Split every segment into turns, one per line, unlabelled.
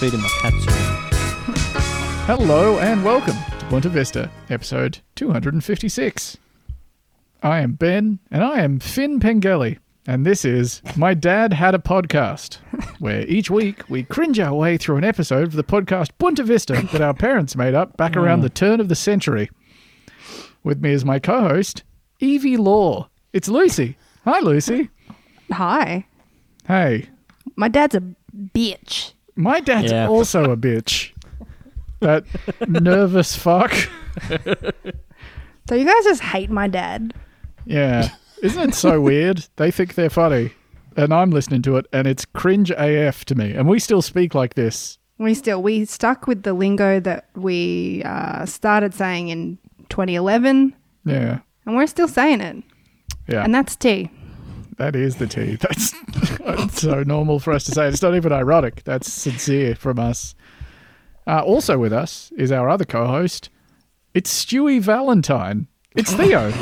beating my cats around.
Hello and welcome to Buena Vista, episode 256. I am Ben, and I am Finn Pengelly, and this is My Dad Had a Podcast, where each week we cringe our way through an episode of the podcast Buena Vista that our parents made up back around the turn of the century. With me is my co host, Evie Law. It's Lucy. Hi, Lucy.
Hi.
Hey,
My dad's a bitch.
my dad's
Yeah.
also a bitch. That nervous fuck.
So you guys just hate my dad.
Yeah. Isn't it so weird? They think they're funny. And I'm listening to it and it's cringe AF to me. And we still speak like this.
We still we stuck with the lingo that we uh, started saying in 2011,
Yeah.
and we're still saying it.
Yeah.
And that's T.
that is the tea. That's, that's so normal for us to say. It's not even ironic. That's sincere from us. Uh, also with us is our other co host. It's Stewie Valentine. It's Theo.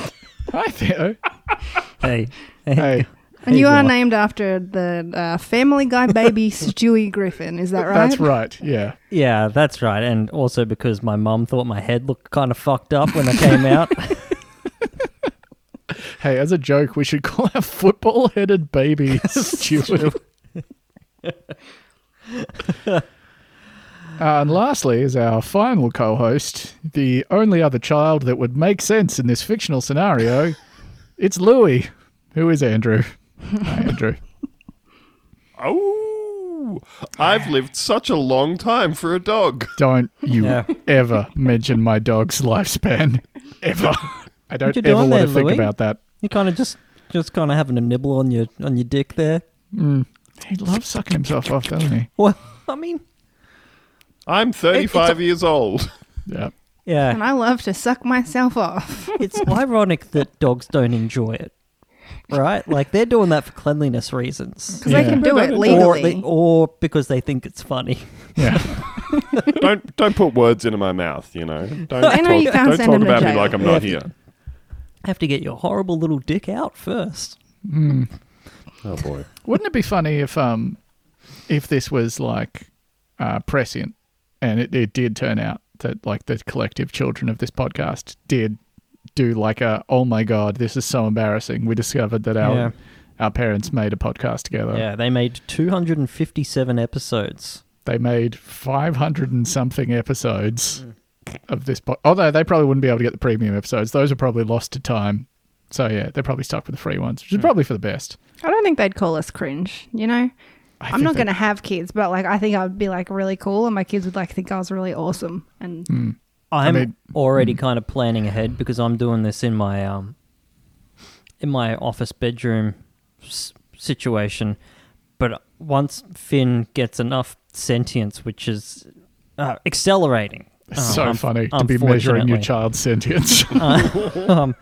Hi, Theo.
Hey,
Hey.
And you
Hey,
are
Will.
named after the uh, Family Guy baby Stewie Griffin. Is that right?
That's right. Yeah.
yeah, that's right. And also because my mum thought my head looked kind of fucked up when I came out.
Hey, as a joke, we should call our football headed baby Stewie. Uh, and lastly, is our final co host, the only other child that would make sense in this fictional scenario. It's Louis, who is Andrew. Hi, Andrew.
Oh,
Ah.
I've lived such a long time for a dog.
Don't you
Yeah.
ever mention my dog's lifespan. Ever. I don't
you
ever
doing
want
there,
to think
Louis?
about that.
you kind of just, just kind of having a nibble on your, on your dick there.
Mm. He loves sucking himself off, doesn't he?
Well, I mean,
I'm 35 years old.
Yeah.
yeah,
And I love to suck myself off.
it's ironic that dogs don't enjoy it, right? Like they're doing that for cleanliness reasons,
Because
Yeah.
they can do it
or
legally.
they, or because they think it's funny.
Yeah.
don't don't put words into my mouth. You know. Don't
I know
talk,
you can't
don't
send
talk
him to
about me
jail.
like I'm not here.
Have to get your horrible little dick out first.
Mm.
Oh boy.
Wouldn't it be funny if um if this was like uh, prescient and it, it did turn out that like the collective children of this podcast did do like a oh my god this is so embarrassing we discovered that our
Yeah.
our parents made a podcast together
Yeah, they made 257 episodes.
they made 500 and something episodes
Hmm.
of this po- although they probably wouldn't be able to get the premium episodes those are probably lost to time so yeah they're probably stuck with the free ones which
Hmm.
is probably for the best
I don't think they'd call us cringe, you know?
I
I'm
think
not
they-
going to have kids, but like I think I would be like really cool and my kids would like think I was really awesome and
I'm
mean- mm.
already kind of planning ahead because I'm doing this in my um in my office bedroom s- situation. But once Finn gets enough sentience, which is uh, accelerating,
It's so
um,
funny to be measuring your
unfortunately.
child's sentience
um,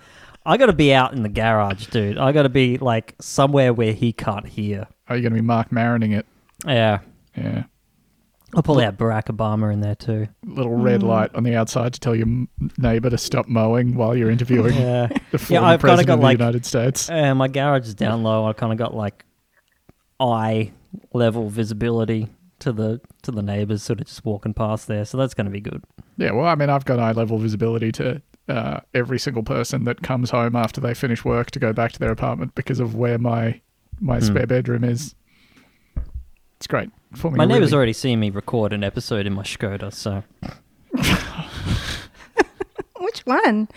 I got to be out in the garage, dude. I got to be like somewhere where he can't hear.
Are you going to be Mark Marining it?
Yeah,
Yeah.
I'll probably have Barack Obama in there too.
Little red
Hmm.
light on the outside to tell your m- neighbor to stop mowing while you're interviewing
Yeah.
the former
I've kinda
president
got,
of the
like-
United States.
Uh, my garage is down low. I kind of got like eye level visibility to the to the neighbors, sort of just walking past there. So that's going to be good.
Yeah, well, I mean, I've got eye level visibility to uh, every single person that comes home after they finish work to go back to their apartment because of where my my spare bedroom is. It's great. Forming
my
a
neighbors
really-
already seen me record an episode in my Skoda, so
Which one?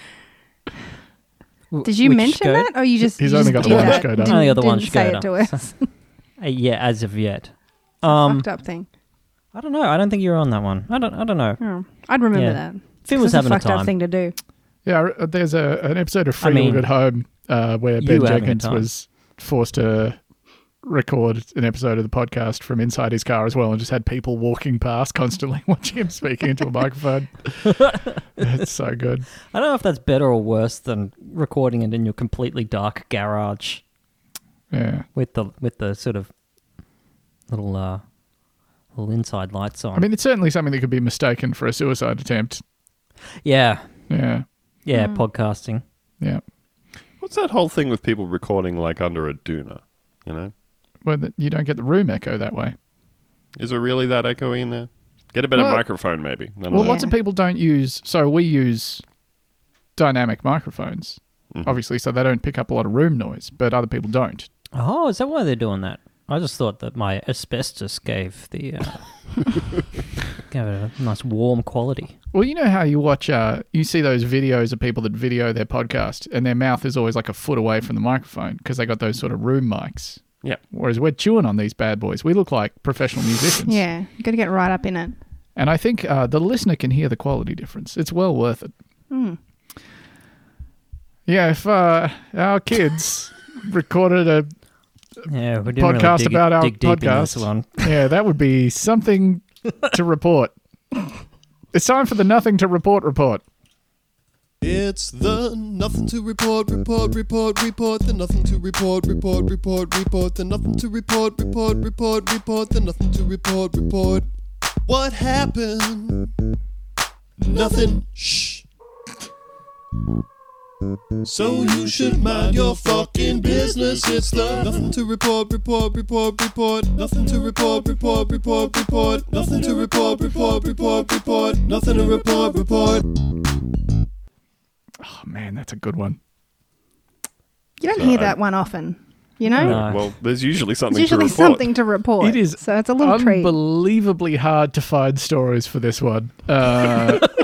W-
Did you
which
mention
Skoda?
that, or you just
He's
you
only
just
got
did
one
that,
Skoda.
didn't-
Only got the one
didn't say it to
Skoda.
us?
Uh, yeah, as of yet. Um,
Fucked up thing.
I don't know. I don't think you were on that one. I don't. I don't know.
Oh, I'd remember
yeah.
that.
Finn
'Cause
was
that's
having a
fucked up
time.
thing to do.
Yeah, I- uh, there's a an episode of
I
Free Will
mean,
at Home uh, where
you
Ben
were having a
Jenkins
time.
was forced to record an episode of the podcast from inside his car as well, and just had people walking past constantly watching him speaking into a microphone. That's so good.
I don't know if that's better or worse than recording it in your completely dark garage
Yeah,
with the with the sort of little uh little inside lights on.
I mean, it's certainly something that could be mistaken for a suicide attempt.
yeah,
Yeah,
Hmm.
yeah, podcasting.
yeah.
What's that whole thing with people recording like under a doona? You know.
Well, th- you don't get the room echo that way.
Is it really that echoey in there? Get a better
Well-
microphone, maybe. None
Well,
of
lots
that.
of people don't use. So we use dynamic microphones, obviously, so they don't pick up a lot of room noise, but other people don't.
Oh, is that why they're doing that? I just thought that my asbestos gave the uh, gave it a nice warm quality.
Well, you know how you watch, uh, you see those videos of people that video their podcast, and their mouth is always like a foot away from the microphone because they got those sort of room mics.
Yeah.
Whereas we're chewing on these bad boys. We look like professional musicians.
Yeah, you got to get right up in it.
And I think uh, the listener can hear the quality difference. It's well worth it. Yeah, if uh, our kids recorded a
Yeah, we didn't
Podcast
really dig,
about our
dig deep into this
podcast.
one.
Yeah, that would be something to report. It's time for the nothing to report report.
It's the nothing to report, report, report, report, the nothing to report, report, report, report, the nothing to report, report, report, report, the nothing to report, report. What happened? Nothing. Shh. So you should mind your fucking business. It's the nothing to report, report, report, report, nothing to report, report, report, report, nothing to report, report, report, report, nothing to report, report.
Oh man, that's a good one.
You don't hear that one often, you know?
No.
Well, there's usually
It's
something.
usually
to report.
something to report.
It is
so it's a little treat.
Unbelievably hard to find stories for this one. Uh,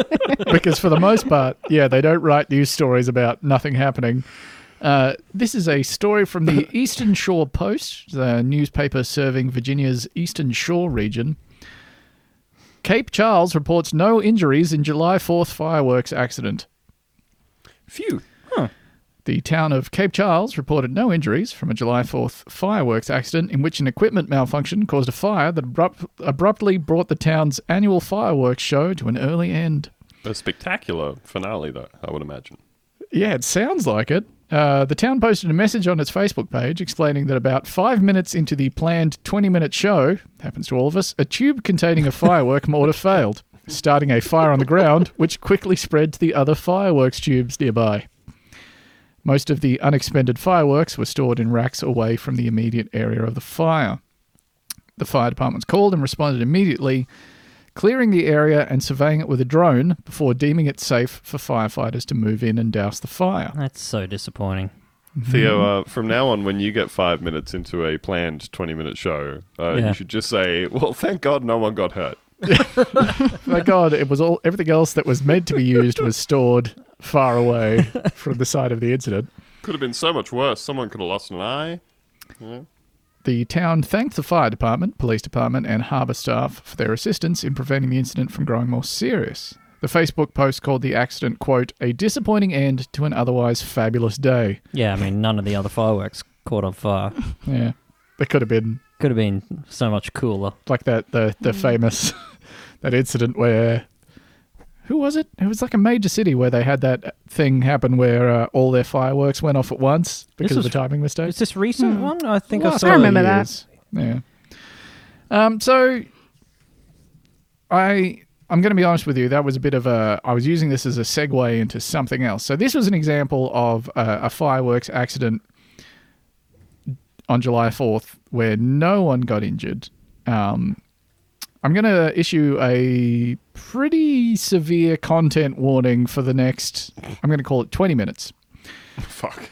because for the most part, yeah, they don't write news stories about nothing happening. Uh, this is a story from the Eastern Shore Post, the newspaper serving Virginia's Eastern Shore region. Cape Charles reports no injuries in July 4th fireworks accident.
Phew.
The town of Cape Charles reported no injuries from a July 4th fireworks accident in which an equipment malfunction caused a fire that abrupt- abruptly brought the town's annual fireworks show to an early end.
A spectacular finale, though, I would imagine.
Yeah, it sounds like it. Uh, the town posted a message on its Facebook page explaining that about five minutes into the planned 20 minute show, happens to all of us, a tube containing a firework mortar failed, starting a fire on the ground, which quickly spread to the other fireworks tubes nearby. Most of the unexpended fireworks were stored in racks away from the immediate area of the fire. The fire department was called and responded immediately, clearing the area and surveying it with a drone before deeming it safe for firefighters to move in and douse the fire.
That's so disappointing.
Theo, uh, from now on, when you get five minutes into a planned 20 minute show, uh,
Yeah.
you should just say, Well, thank God no one got hurt.
Thank God it was all everything else that was meant to be used was stored far away from the site of the incident.
Could have been so much worse. Someone could have lost an eye.
The town thanked the fire department, police department, and harbour staff for their assistance in preventing the incident from growing more serious. The Facebook post called the accident, quote, a disappointing end to an otherwise fabulous day.
Yeah, I mean, none of the other fireworks caught on fire.
Yeah. There could have been
Could have been so much cooler.
like that the
Hmm.
the famous that incident where who was it? It was like a major city where they had that thing happen where uh, all their fireworks went off at once because of
was-
the timing mistake.
Is this recent one? I think I
Last
saw.
Hmm. I remember
couple of
that.
years. Yeah. Um. So, I I'm going to be honest with you. That was a bit of a. I was using this as a segue into something else. So this was an example of a, a fireworks accident on July 4th where no one got injured. Um. I'm going to issue a pretty severe content warning for the next, I'm going to call it 20 minutes.
Fuck.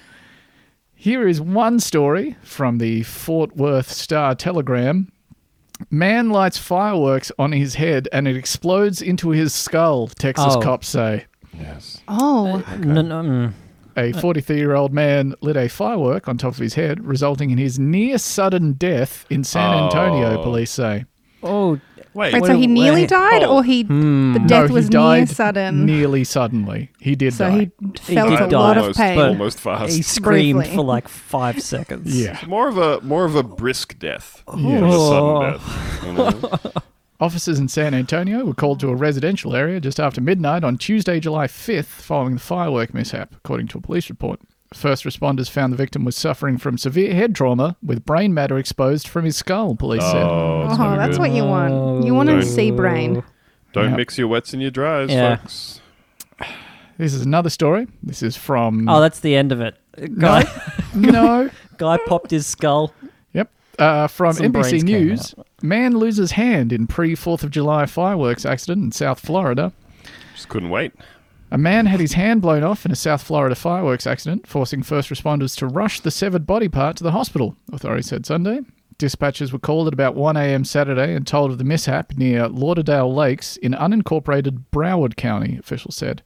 Here is one story from the Fort Worth Star Telegram. Man lights fireworks on his head and it explodes into his skull, Texas
Oh.
cops say.
Yes.
oh,
No, no, mm.
A 43 year old man lit a firework on top of his head, resulting in his near sudden death in San Antonio,
Oh.
police say.
Oh,
Wait,
wait, so he
Wait,
nearly
wait.
died or he the death
no,
was
he died
near sudden?
nearly suddenly. He did
Um, so
die.
he felt
did
a
die.
lot of
almost,
pain.
but-
Almost fast.
he screamed
Briefly.
for like five seconds.
yeah.
More of a more of a brisk death than a
Oh.
sudden death. you know?
Officers in San Antonio were called to a residential area just after midnight on Tuesday, July 5th, following the firework mishap, according to a police report. First responders found the victim was suffering from severe head trauma with brain matter exposed from his skull, police
Oh, it's
oh,
never
that's
good.
what you want.
Oh.
You want
Don't-
to see brain.
Don't
Yeah.
mix your wets and your dries,
Yeah.
folks.
said. This is another story. This is from.
Oh, that's the end of it. Guy,
no.
guy popped his skull.
Yep. Uh, from
Some brains
NBC
came
News. Man loses hand in pre 4th of July fireworks accident in South Florida.
Just couldn't wait.
A man had his hand blown off in a South Florida fireworks accident, forcing first responders to rush the severed body part to the hospital, authorities said Sunday. Dispatchers were called at about 1 a.m. Saturday and told of the mishap near Lauderdale Lakes in unincorporated Broward County, officials said.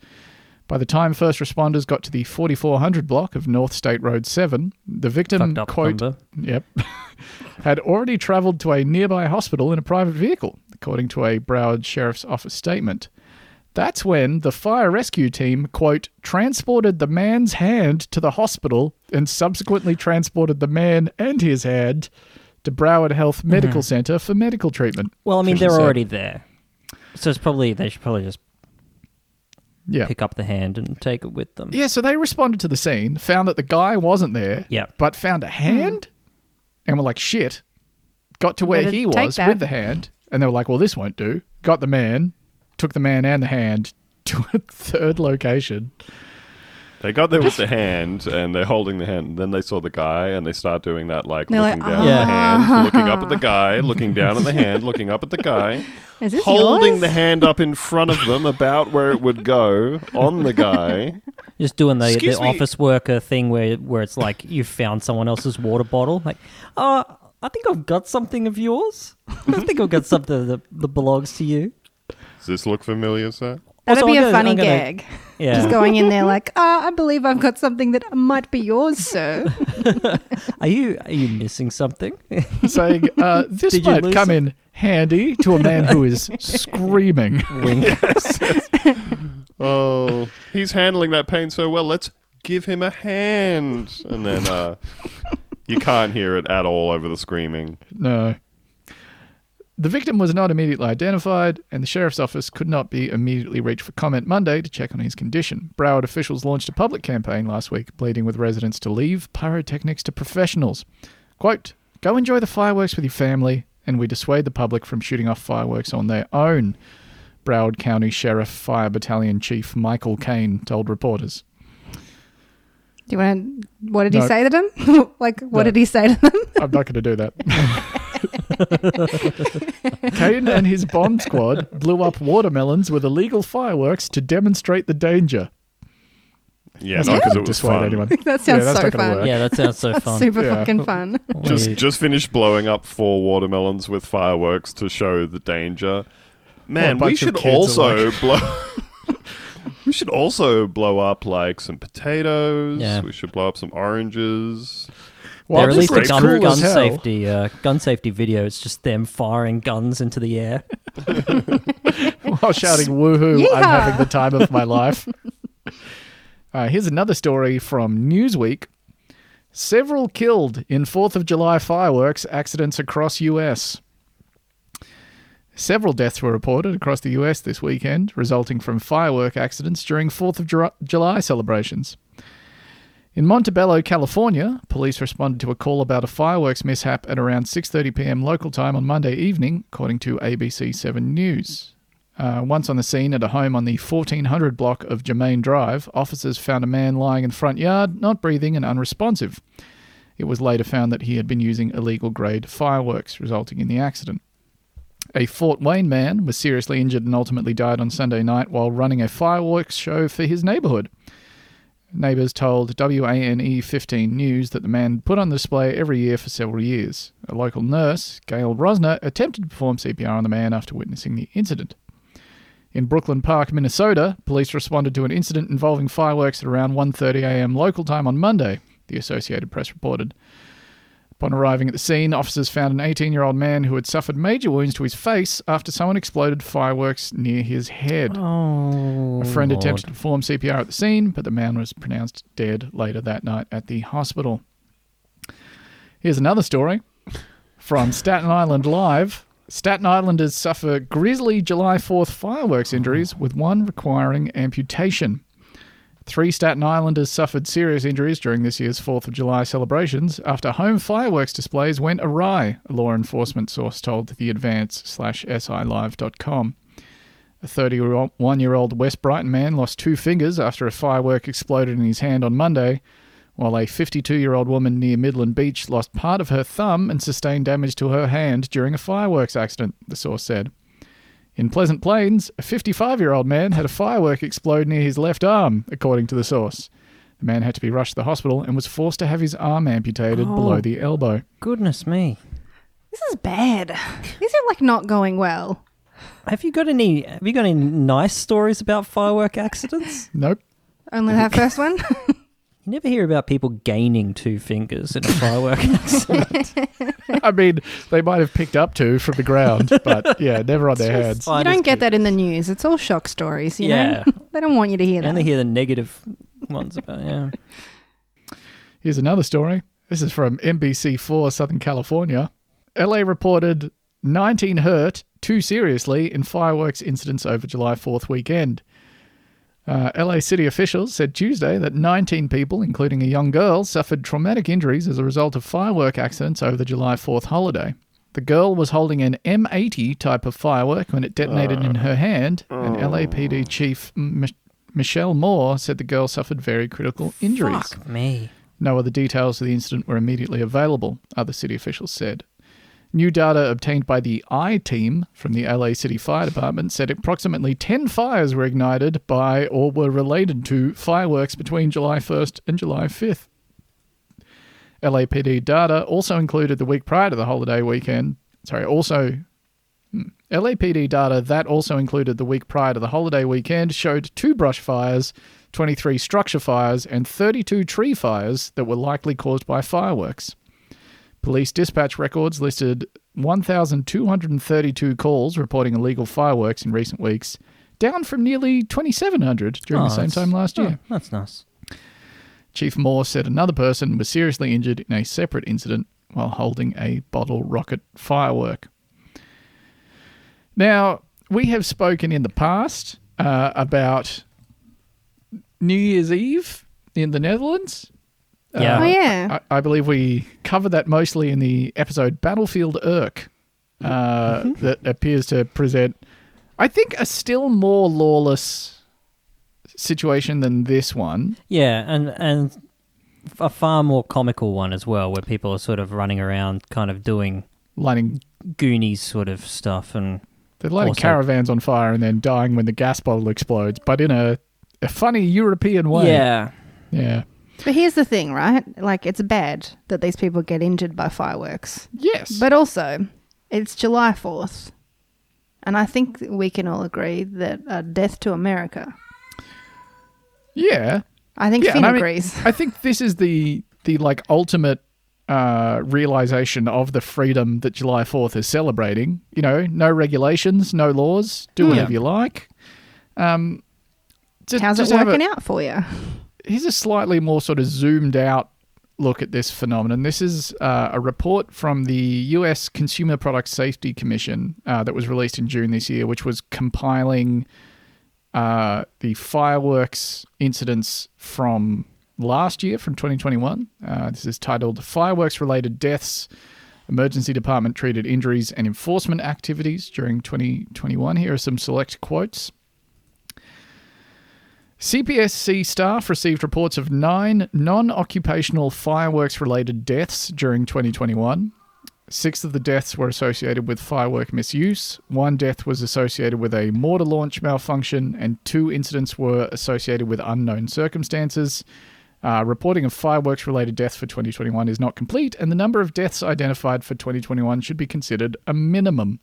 By the time first responders got to the 4400 block of North State Road 7, the victim,
Fucked up
quote,
number.
Yep. had already travelled to a nearby hospital in a private vehicle, according to a Broward Sheriff's Office statement. That's when the fire rescue team, quote, transported the man's hand to the hospital and subsequently transported the man and his hand to Broward Health Medical Center for medical treatment.
Well, I mean,
Official
they're
said.
already there, so it's probably they should probably just
Yeah.
pick up the hand and take it with them.
Yeah, so they responded to the scene, found that the guy wasn't there,
Yep.
but found a hand, and were like, shit. Got to where
Better
he
take
was
that.
with the hand, and they were like, well, this won't do. Got the man, took the man and the hand to a third location.
They got there with the hand, and they're holding the hand. And then they saw the guy, and they start doing that like
They're
looking
like, "Ah."
down at the hand, looking up at the guy, looking down at the hand, looking up at the guy,
Is this
holding
yours?
the hand up in front of them, about where it would go on the guy.
Just doing the, the
Excuse me.
office worker thing where where it's like you found someone else's water bottle. Like, uh, I think I've got something of yours. I think I've got something that, that belongs to you.
Does this look familiar, sir?
That'd
Also,
be
I'm
a
gonna-
funny
I'm gonna-
gag.
Yeah,
Just going in there like, ah, I believe I've got something that might be yours, sir.
are you are you missing something?
Saying, uh, this
Did you
might
lose
come
it?
in handy to a man who is screaming.
Wink.
Oh, he's handling that pain so well. Let's give him a hand. And then uh, you can't hear it at all over the screaming.
No. The victim was not immediately identified, and the sheriff's office could not be immediately reached for comment Monday to check on his condition. Broward officials launched a public campaign last week, pleading with residents to leave pyrotechnics to professionals. Quote, Go enjoy the fireworks with your family, and we dissuade the public from shooting off fireworks on their own, Broward County Sheriff Fire Battalion Chief Michael Kane told reporters.
Do you want to? What did
No.
he say to them? like, what
No.
did he say to them?
I'm not going to do that. Kane and his bomb squad blew up watermelons with illegal fireworks to demonstrate the danger.
Yeah,
That's
not
not
because
gonna
it was
dissuade
fun.
anyone.
that sounds
that's
so
not gonna
fun.
work.
yeah, that sounds so
That's
fun.
super
Yeah.
fucking fun.
Just
Weird.
just finished blowing up four watermelons with fireworks to show the danger. Man,
Well, a
we
bunch of
should
kids are
also blow. we should also blow up like some potatoes.
Yeah.
We should blow up some oranges.
There
While
at
this
least a
looks
gun,
cool
gun
as hell-
safety uh, gun safety video. It's just them firing guns into the air.
while shouting woohoo, I'm
Yeehaw!
having the time of my life. Uh, here's another story from Newsweek. Several killed in 4th of July fireworks accidents across US. Several deaths were reported across the US this weekend, resulting from firework accidents during 4th of Ju- July celebrations. In Montebello, California, police responded to a call about a fireworks mishap at around 6:30 p.m. local time on Monday evening, according to ABC 7 News. Uh, once on the scene at a home on the 1400 block of Germain Drive, officers found a man lying in the front yard, not breathing and unresponsive. It was later found that he had been using illegal grade fireworks, resulting in the accident. A Fort Wayne man was seriously injured and ultimately died on Sunday night while running a fireworks show for his neighborhood. Neighbors told WANE 15 E News that the man put on display every year for several years. A local nurse, Gail Rosner, attempted to perform CPR on the man after witnessing the incident. In Brooklyn Park, Minnesota, police responded to an incident involving fireworks at around 1:30 a.m. local time on Monday, the Associated Press reported. Upon arriving at the scene, officers found an 18-year-old man who had suffered major wounds to his face after someone exploded fireworks near his head.
Oh,
A friend attempted to perform CPR at the scene, but the man was pronounced dead later that night at the hospital. Here's another story from Staten Island Live. Staten Islanders suffer grisly July 4th fireworks injuries, with one requiring amputation. Three Staten Islanders suffered serious injuries during this year's 4th of July celebrations after home fireworks displays went awry, a law enforcement source told the advance slash silive.com. A 31 year old West Brighton man lost two fingers after a firework exploded in his hand on Monday, while a 52 year old woman near Midland Beach lost part of her thumb and sustained damage to her hand during a fireworks accident, the source said. In Pleasant Plains, a 55 year old man had a firework explode near his left arm, according to the source. The man had to be rushed to the hospital and was forced to have his arm amputated below the elbow.
Goodness me.
This is bad. These are like not going well.
Have you got any? Have you got any nice stories about firework accidents?
Nope.
Only that first one.
You never hear about people gaining two fingers in a firework accident.
I mean, they might have picked up two from the ground, but yeah, never on their heads.
you don't get that in the news. It's all shock stories, you
Yeah.
know? they don't want you to hear
I
that.
only hear the negative ones about. Yeah.
Here's another story. This is from NBC4 Southern California. LA reported 19 hurt, two seriously, in fireworks incidents over July 4th weekend. Uh, LA city officials said Tuesday that 19 people, including a young girl, suffered traumatic injuries as a result of firework accidents over the July 4th holiday. The girl was holding an M80 type of firework when it detonated in her hand, and LAPD chief M- Michelle Moore said the girl suffered very critical injuries.
Fuck me.
No other details of the incident were immediately available, other city officials said. New data obtained by the I team from the LA City Fire Department said approximately 10 fires were ignited by or were related to fireworks between July 1st and July 5th. LAPD data also included the week prior to the holiday weekend. Sorry, also hmm, LAPD data that also included the week prior to the holiday weekend showed two brush fires, 23 structure fires, and 32 tree fires that were likely caused by fireworks. Police dispatch records listed 1,232 calls reporting illegal fireworks in recent weeks, down from nearly 2,700 during
Oh,
the same
that's-
time last year.
Oh, that's nice.
Chief Moore said another person was seriously injured in a separate incident while holding a bottle rocket firework. Now, we have spoken in the past uh, about New Year's Eve in the Netherlands. Uh,
Yeah.
oh, yeah.
I, I believe we covered that mostly in the episode Battlefield Irk, uh,
Mm-hmm.
that appears to present, I think, a still more lawless situation than this one.
Yeah, and and a far more comical one as well, where people are sort of running around, kind of doing
Lighting
Goonies sort of stuff, and
They're lighting
Also-
caravans on fire and then dying when the gas bottle explodes, but in a, a funny European way.
yeah,
Yeah.
But here's the thing, right? Like, it's bad that these people get injured by fireworks.
Yes.
But also, it's July 4th. And I think that we can all agree that uh, death to America.
yeah.
I think
Yeah.
Finn
and I mean,
agrees.
I think this is the the like ultimate uh, realization of the freedom that July Fourth is celebrating. You know, no regulations, no laws,
Hmm.
do whatever you like. Um, just,
How's
just
it
have a-
working out for you?
here's a slightly more sort of zoomed out look at this phenomenon. This is uh, a report from the U.S. Consumer Product Safety Commission uh, that was released in June this year, which was compiling uh, the fireworks incidents from last year, from 2021. Uh, this is titled "Fireworks Related Deaths." Emergency Department treated injuries and enforcement activities during 2021. Here are some select quotes. CPSC staff received reports of nine non occupational fireworks related deaths during 2021. Six of the deaths were associated with firework misuse, one death was associated with a mortar launch malfunction, and two incidents were associated with unknown circumstances. Uh, reporting of fireworks related deaths for 2021 is not complete, and the number of deaths identified for 2021 should be considered a minimum.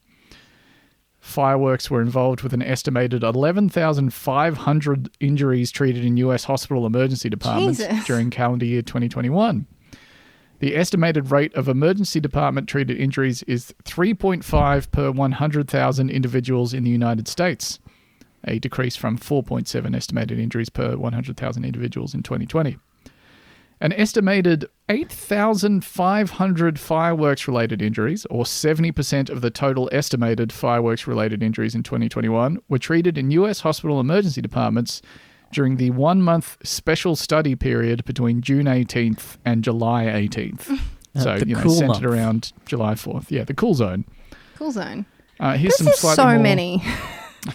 Fireworks were involved with an estimated 11,500 injuries treated in U.S. hospital emergency departments
Jesus.
during calendar year 2021. The estimated rate of emergency department treated injuries is 3.5 per 100,000 individuals in the United States, a decrease from 4.7 estimated injuries per 100,000 individuals in 2020. An estimated 8,500 fireworks related injuries, or 70% of the total estimated fireworks related injuries in 2021, were treated in U.S. hospital emergency departments during the one month special study period between June 18th and July 18th.
Uh,
so,
the
you know,
cool
centered
month.
around July 4th. Yeah, the cool zone.
Cool zone.
Uh, here's
This
some
is
slightly
so
more-
many.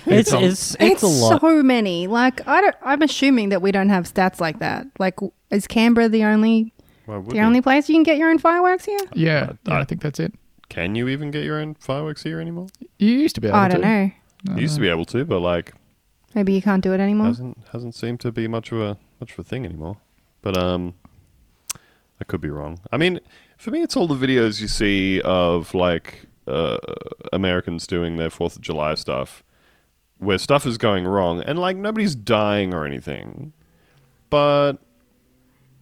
It's
It's a-
it's it's,
It's,
a lot.
so many. Like I don't, I'm assuming that we don't have stats like that. Like, w- is Canberra the only
Why would
the
you?
only place you can get your own fireworks here?
Yeah, yeah, I think that's it.
Can you even get your own fireworks here anymore?
You used to be able
I
to.
don't know.
You used to be able to, but like
Maybe you can't do it anymore.
hasn't hasn't seemed to be much of a much of a thing anymore. But um, I could be wrong. I mean, for me, it's all the videos you see of like uh, Americans doing their Fourth of July stuff, where stuff is going wrong, and like nobody's dying or anything, but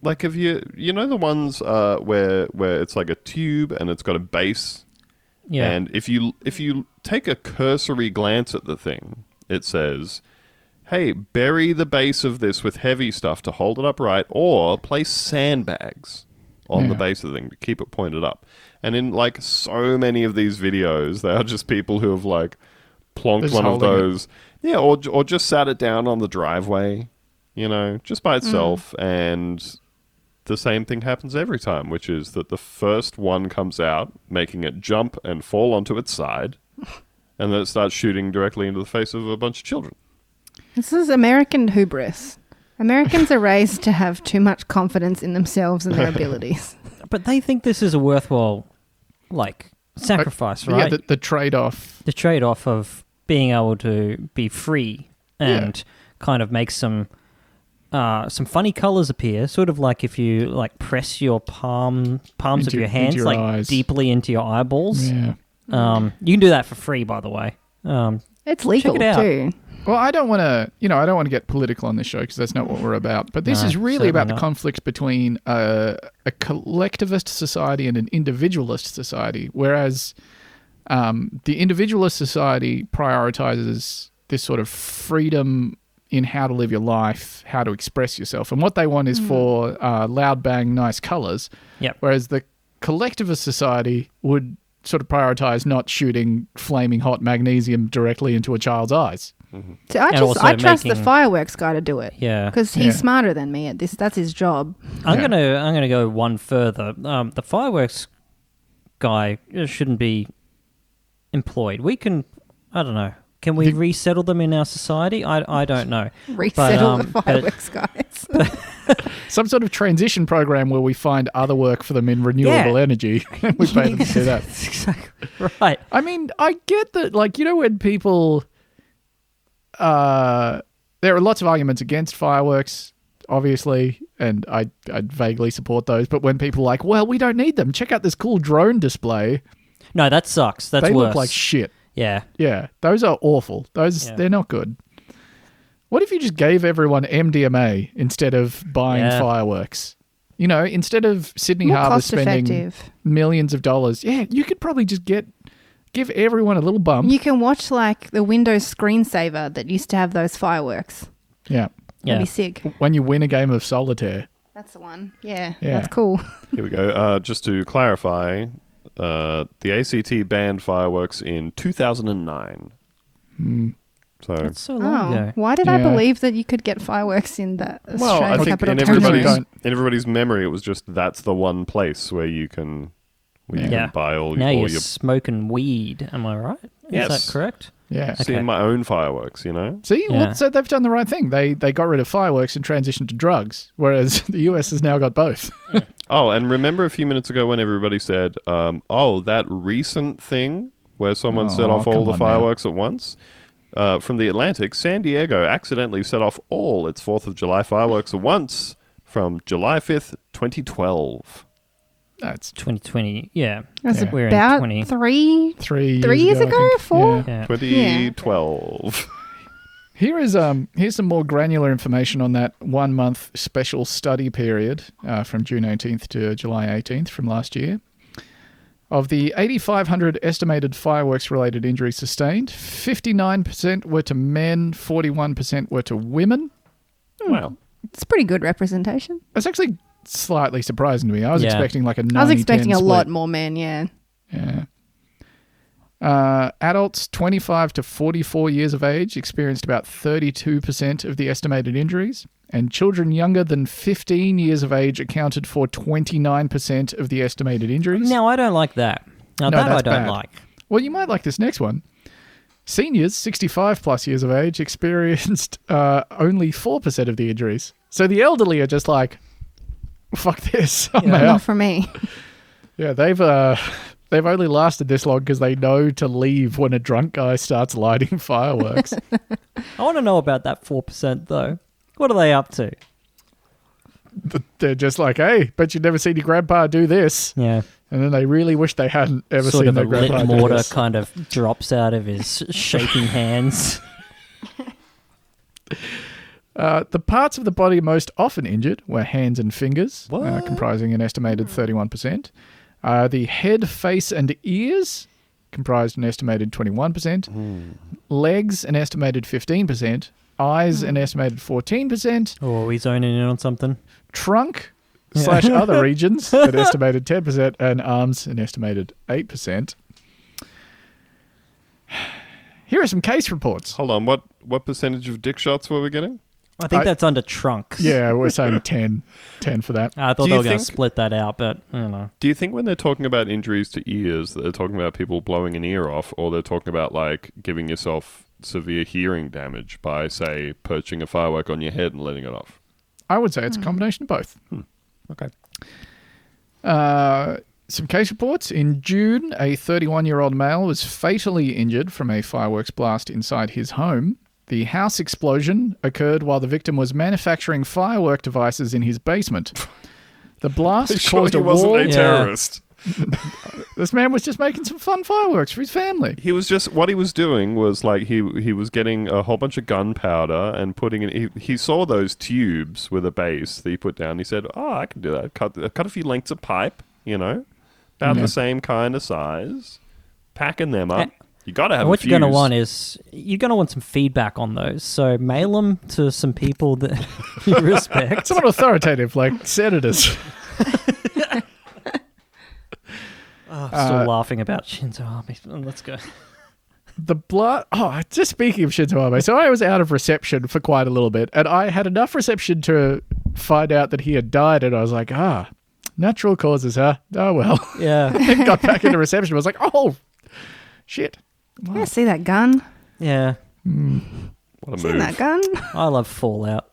like if you you know the ones uh, where where it's like a tube and it's got a base
yeah.
and if you if you take a cursory glance at the thing, it says, "Hey, bury the base of this with heavy stuff to hold it upright, or place sandbags on the
Yeah.
base of the thing to keep it pointed up." And in like so many of these videos, they are just people who have like plonked
Just
one of
holding it.
those, yeah, or or just sat it down on the driveway, you know, just
Mm.
by itself and. The same thing happens every time, which is that the first one comes out, making it jump and fall onto its side, and then it starts shooting directly into the face of a bunch of children.
This is American hubris. Americans are raised to have too much confidence in themselves and their abilities.
but they think this is a worthwhile like sacrifice,
Yeah,
right?
the,
the,
the trade off.
trade off of being able to be free
Yeah.
and kind of make some uh, some funny colors appear, sort of like if you like press your palm palms
Into-
of your hands
into your
like
eyes.
deeply into your eyeballs.
Yeah.
Um, you can do that for free, by the way. Um,
It's legal
it out.
too.
Well, I don't want to, you know, I don't want to get political on this show because that's not what we're about. But this
No,
is really
certainly
about the
not.
conflict between a, a collectivist society and an individualist society. Whereas um, the individualist society prioritizes this sort of freedom in how to live your life, how to express yourself. And what they want is for uh, loud bang, nice colors.
Yep.
Whereas the collectivist society would sort of prioritize not shooting flaming hot magnesium directly into a child's eyes.
So I just
also
I trust the
making-
fireworks guy to do it.
Yeah.
because he's
Yeah.
smarter than me at this. That's his job.
I'm
Yeah.
gonna I'm gonna go one further. Um, the fireworks guy shouldn't be employed. We can I don't know. Can we resettle them in our society? I, I don't know.
Resettle
um,
the
but-
fireworks guys.
some sort of transition program where we find other work for them in renewable
Yeah.
energy. we pay them to do that.
exactly right.
I mean, I get that, like, you know, when people. Uh, there are lots of arguments against fireworks, obviously, and I, I vaguely support those. But when people are like, well, we don't need them, check out this cool drone display,
No, that sucks. That's
they
worse.
look like shit.
yeah.
Yeah, those are awful. Those,
Yeah.
they're not good. What if you just gave everyone MDMA instead of buying
Yeah.
fireworks? You know, instead of Sydney
More
Harbour
cost
spending
effective.
millions of dollars. Yeah, you could probably just get give everyone a little bump.
You can watch like the Windows screensaver that used to have those fireworks.
yeah.
Yeah.
That'd be sick.
When you win a game of solitaire.
That's the one. Yeah,
Yeah.
that's cool.
Here we go. Uh, just to clarify, uh, the ACT banned fireworks in 2009.
Mm,
So,
That's so long
Oh,
ago.
why did I
Yeah.
believe that you could get fireworks in the
well,
Australian
I think
capital
in
territory?
everybody's
Don't.
in everybody's memory, it was just that's the one place where you can where you
Yeah.
can buy all,
Now
all
you're
your.
smoking weed, am I right? Is
Yes.
that correct?
Yeah.
Seeing my own fireworks, you know.
See,
Yeah.
well, so they've done the right thing. They they got rid of fireworks and transitioned to drugs, whereas the US has now got both.
Oh, and remember a few minutes ago when everybody said, um, "Oh, that recent thing where someone set
Oh,
off all
come
the
on now.
fireworks at once." Uh, from the Atlantic, San Diego accidentally set off all its Fourth of July fireworks at once from July fifth, twenty twelve.
That's
2020. Yeah.
That's
Yeah.
We're in
about
20.
three.
three
Three
years
years ago?
I think.
Four?
Yeah.
yeah.
Twenty twelve.
Here is um here's some more granular information on that one month special study period uh, from June 18th to July 18th from last year. Of the 8,500 estimated fireworks related injuries sustained, 59% were to men, 41% were to women.
wow.
It's pretty good representation.
That's actually slightly surprising to me. I was
Yeah.
expecting like a 90
I was expecting a lot more men. Yeah,
Yeah. Uh, adults 25 to 44 years of age experienced about 32% of the estimated injuries, and children younger than 15 years of age accounted for 29% of the estimated injuries.
Now I don't like that. Now
No,
that I
that's
don't
bad.
like.
well, you might like this next one. Seniors 65 plus years of age experienced uh, only 4% of the injuries. So the elderly are just like, fuck this. I'm
Yeah.
out.
Not for me.
Yeah, they've uh, they've only lasted this long because they know to leave when a drunk guy starts lighting fireworks.
I want to know about that 4% though. What are they up to?
They're just like, hey, bet you never seen your grandpa do this,
Yeah.
and then they really wish they hadn't ever
sort
seen
of a
their grandpa
lit
do
mortar
this.
kind of drops out of his shaking hands.
Uh, the parts of the body most often injured were hands and fingers, uh, comprising an estimated 31%. Uh, the head, face, and ears comprised an estimated 21%.
Hmm.
Legs, an estimated 15%. Eyes, an estimated 14%.
Oh, he's zoning in on something.
trunk slash other regions an estimated 10% and arms an estimated 8% here are some case reports
Hold on, what what percentage of dick shots were we getting?
I think
I-
that's under trunks. Uh,
yeah we're saying 10 10 for that
I thought they
Do you
were going to
think-
split that out, but you know.
Do you think when they're talking about injuries to ears, that they're talking about people blowing an ear off, or they're talking about like giving yourself severe hearing damage by, say, perching a firework on your head and letting it off?
i would say it's a combination of both
Hmm. Okay.
Uh, some case reports. In June, a 31 year old male was fatally injured from a fireworks blast inside his home. The house explosion occurred while the victim was manufacturing firework devices in his basement. The blast
Sure,
caused
he
a
wasn't
wall.
a
Yeah.
terrorist.
This man was just making some fun fireworks for his family.
He was just what he was doing was like he he was getting a whole bunch of gunpowder and putting in. He, he saw those tubes with a base that he put down. He said, "Oh, I can do that. Cut cut a few lengths of pipe, you know, about
Yeah.
the same kind of size, packing them up.
Eh,
You got to have
And what
a
you're going to
fuse.
want is you're going to want some feedback on those. So mail them to some people that you respect.
Someone authoritative, like senators.
Oh, I'm
Uh,
still laughing about Shinzo Abe. Let's go.
The blood. Oh, just speaking of Shinzo Abe, so I was out of reception for quite a little bit, and I had enough reception to find out that he had died, and I was like, ah, natural causes, huh? Oh well.
Yeah,
Then got back into reception. I was like, oh, shit.
Yeah, see that gun?
yeah.
What a
Seen that
move.
gun?
I love Fallout.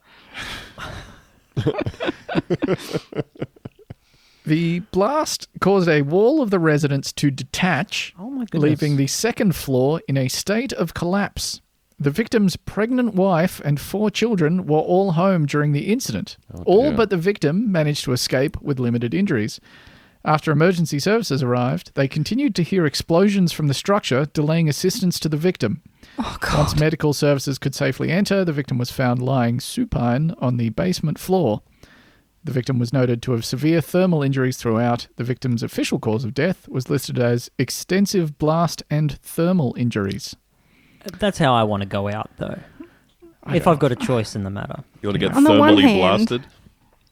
The blast caused a wall of the residence to detach,
Oh my goodness.
leaving the second floor in a state of collapse. The victim's pregnant wife and four children were all home during the incident. all
dear.
but the victim managed to escape with limited injuries. After emergency services arrived, they continued to hear explosions from the structure, delaying assistance to the victim.
Oh,
Once medical services could safely enter, the victim was found lying supine on the basement floor. The victim was noted to have severe thermal injuries throughout. The victim's official cause of death was listed as extensive blast and thermal injuries.
That's how I want to go out, though. If I've got a choice in the matter.
You want to get
On the one
thermally
hand-
blasted?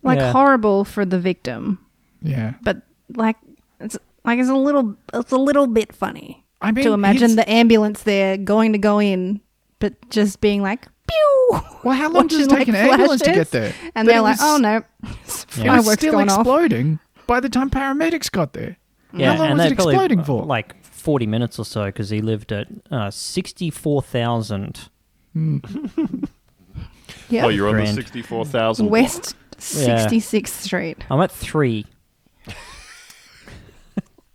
Like
Yeah.
horrible for the victim,
Yeah.
but like it's like it's a little it's a little bit funny
I mean,
to
he's-
imagine the ambulance there going to go in, but just being like pew.
Well, how long does it take
watching,
an
like,
ambulance to
flashes,
get there?
And
But
they're
it
like,
was-
oh no,
It was
fireworks
still
going off.
exploding by the time paramedics got there.
Yeah,
how long
and
was
they
it
probably,
exploding
uh,
for?
Like 40 minutes or so, because he lived at uh, 64,000.
Yeah,
Oh, you're on
Grand.
the 64,000.
West
Yeah.
66th Street.
I'm at three.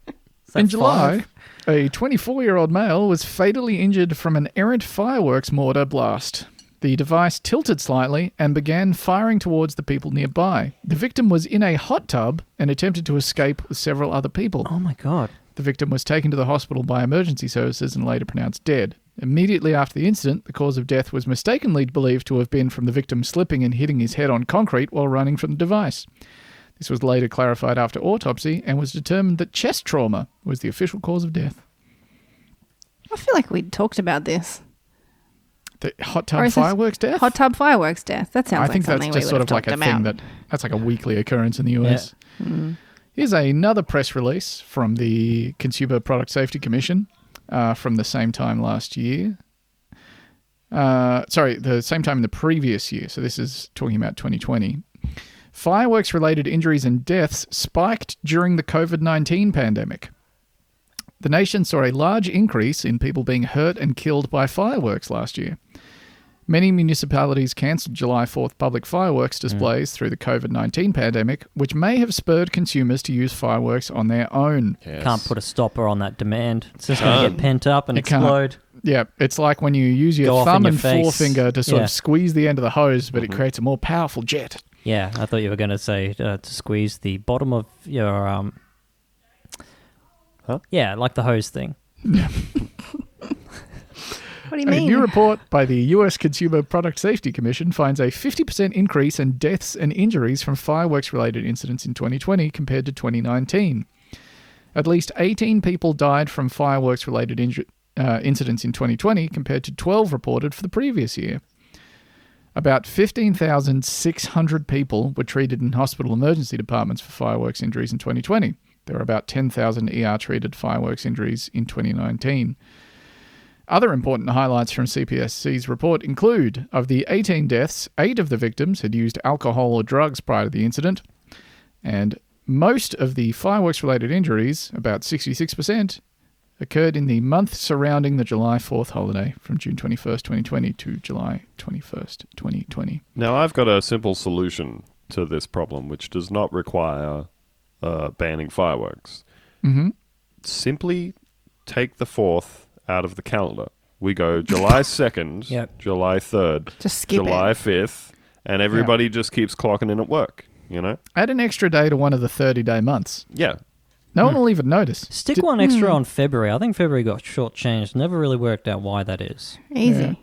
Is that
In July,
five?
a 24 year old male was fatally injured from an errant fireworks mortar blast. The device tilted slightly and began firing towards the people nearby. The victim was in a hot tub and attempted to escape with several other people.
Oh my god.
The victim was taken to the hospital by emergency services and later pronounced dead. Immediately after the incident, the cause of death was mistakenly believed to have been from the victim slipping and hitting his head on concrete while running from the device. This was later clarified after autopsy and was determined that chest trauma was the official cause of death.
I feel like we talked about this.
The hot
Or
tub
is this
fireworks death?
Hot tub fireworks death. That sounds
I
like
think that's
something
just
we
sort
would
of
have
like
talked
a
about. Hmm.
thing that that's like a weekly occurrence in the US. Here's another press release from the Consumer Product Safety Commission uh, from the same time last year. Uh, sorry, the same time in the previous year. So this is talking about 2020. Fireworks related injuries and deaths spiked during the COVID 19 pandemic. The nation saw a large increase in people being hurt and killed by fireworks last year. Many municipalities cancelled July 4th public fireworks
Hmm.
displays through the COVID 19 pandemic, which may have spurred consumers to use fireworks on their own.
Can't put a stopper on that demand. It's just going to get pent up and
You can't.
explode.
Yeah, it's like when you use your
Go off in
thumb
your
and
face.
forefinger to sort
Yeah. Mm-hmm.
of squeeze the end of the hose, but it creates a more powerful jet.
Yeah, I thought you were going to say uh, to squeeze the bottom of your um.
Huh?
Yeah, like the hose thing.
What do you
A
mean?
new report by the US Consumer Product Safety Commission finds a 50% increase in deaths and injuries from fireworks related incidents in 2020 compared to 2019. At least 18 people died from fireworks related inju- uh, incidents in 2020 compared to 12 reported for the previous year. About 15,600 people were treated in hospital emergency departments for fireworks injuries in 2020. There were about 10,000 ER treated fireworks injuries in 2019. Other important highlights from CPSC's report include of the 18 deaths, eight of the victims had used alcohol or drugs prior to the incident, and most of the fireworks related injuries, about 66%, occurred in the month surrounding the July 4th holiday from June 21st, 2020 to July 21st, 2020.
Now, I've got a simple solution to this problem, which does not require uh, banning fireworks.
Mm-hmm.
Simply take the 4th out of the calendar. We go July 2nd,
Yep.
July 3rd,
Just skip
July
it.
5th, and everybody just keeps clocking in at work, you know?
Add an extra day to one of the 30 day months.
Yeah.
No one will even notice.
Stick one extra
hmm.
on February. I think February got shortchanged. Never really worked out why that is.
Easy.
Yeah.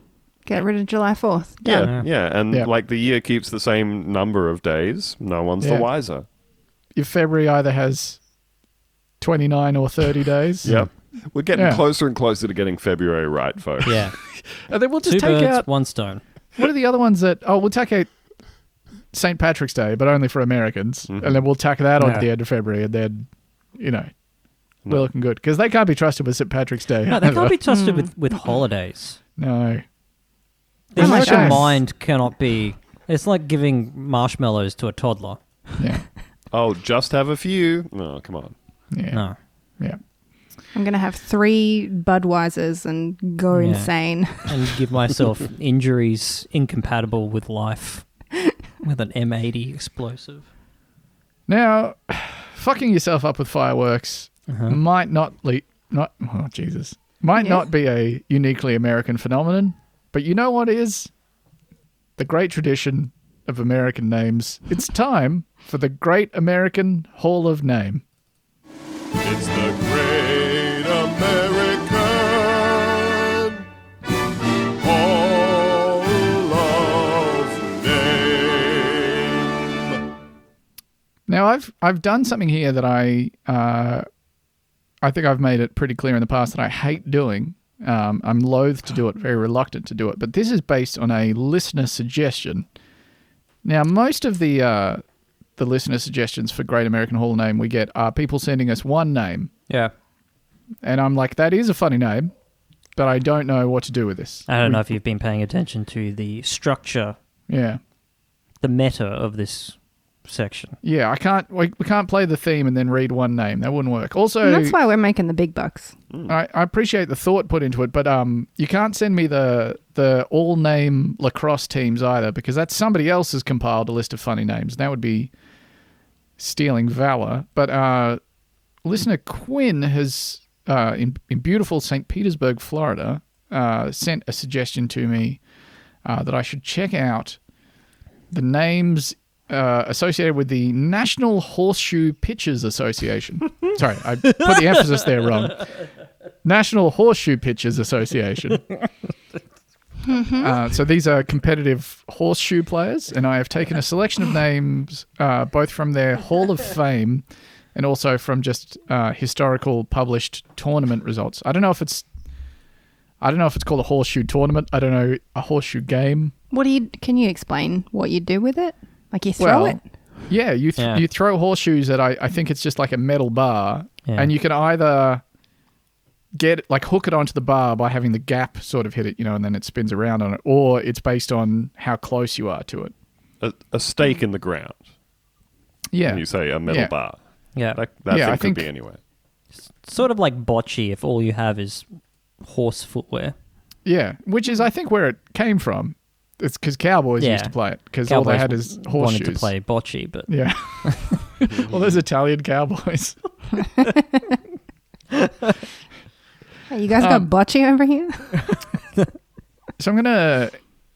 Get rid of July 4th.
Yeah.
Done.
Yeah. And
Yeah.
like the year keeps the same number of days, no one's
Yeah.
the wiser.
If February either has 29 or 30 days.
Yep. We're getting
Yeah.
closer and closer to getting February right, folks.
Yeah,
And then we'll just
two
take
birds,
out
one stone.
What are the other ones that? Oh, we'll tack out St. Patrick's Day, but only for Americans, and then we'll tack that on
Yeah.
to the end of February, and then you know we're
No.
looking good because they can't be trusted with St. Patrick's Day.
No, they
either.
can't be trusted with,
Mm.
with holidays.
No.
The
Oh my
American
gosh.
mind cannot be. It's like giving marshmallows to a toddler.
Yeah.
Oh, just have a few. No, come on.
Yeah.
No.
Yeah.
I'm going to have three Budweisers and go
Yeah.
insane.
and give myself injuries incompatible with life with an M80 explosive.
Now, fucking yourself up with fireworks
Uh-huh.
might not le- not oh Jesus might
Yeah.
not be a uniquely American phenomenon, but you know what is the great tradition of American names. It's time for the Great American Hall of Name.
It's the Great American Hall of Name.
Now I've I've done something here that I uh, I think I've made it pretty clear in the past that I hate doing. Um, I'm loath to do it, very reluctant to do it. But this is based on a listener suggestion. Now most of the uh, the listener suggestions for Great American Hall of Name we get are people sending us one name,
Yeah.
and I'm like, that is a funny name, but I don't know what to do with this.
I don't
Mm.
know if you've been paying attention to the structure,
Yeah.
the meta of this section.
Yeah, I can't. We, we can't play the theme and then read one name. That wouldn't work. Also,
And that's why we're making the big bucks.
I, I appreciate the thought put into it, but um, you can't send me the the all name lacrosse teams either because that's somebody else has compiled a list of funny names. That would be stealing valor. But uh, listener Quinn has uh, in in beautiful St. Petersburg, Florida, uh, sent a suggestion to me uh, that I should check out the names. Uh, associated with the National Horseshoe Pitchers Association. Sorry, I put the emphasis there wrong. National Horseshoe Pitchers Association. uh, so these are competitive horseshoe players, and I have taken a selection of names uh, both from their Hall of Fame and also from just uh, historical published tournament results. I don't know if it's, I don't know if it's called a horseshoe tournament. I don't know a horseshoe game.
What do you? Can you explain what you do with it? Like you throw
Well,
it?
Yeah, you th-
Yeah.
you throw horseshoes at I, I think it's just like a metal bar,
Yeah.
and you can either get like hook it onto the bar by having the gap sort of hit it, you know, and then it spins around on it, or it's based on how close you are to it.
A, a stake in the ground.
Yeah,
And you say a metal
Yeah.
bar.
Yeah.
That, that
Yeah,
thing
I
could
think-
be anywhere.
sort of like bocce if all you have is horse footwear.
Yeah, which is I think where it came from. It's because cowboys
Yeah.
used to play it because all they
Cowboys
had is horseshoes.
Wanted to play bocce, but
Yeah, all those Italian cowboys.
Hey, you guys
Um,
got bocce over here?
So I'm gonna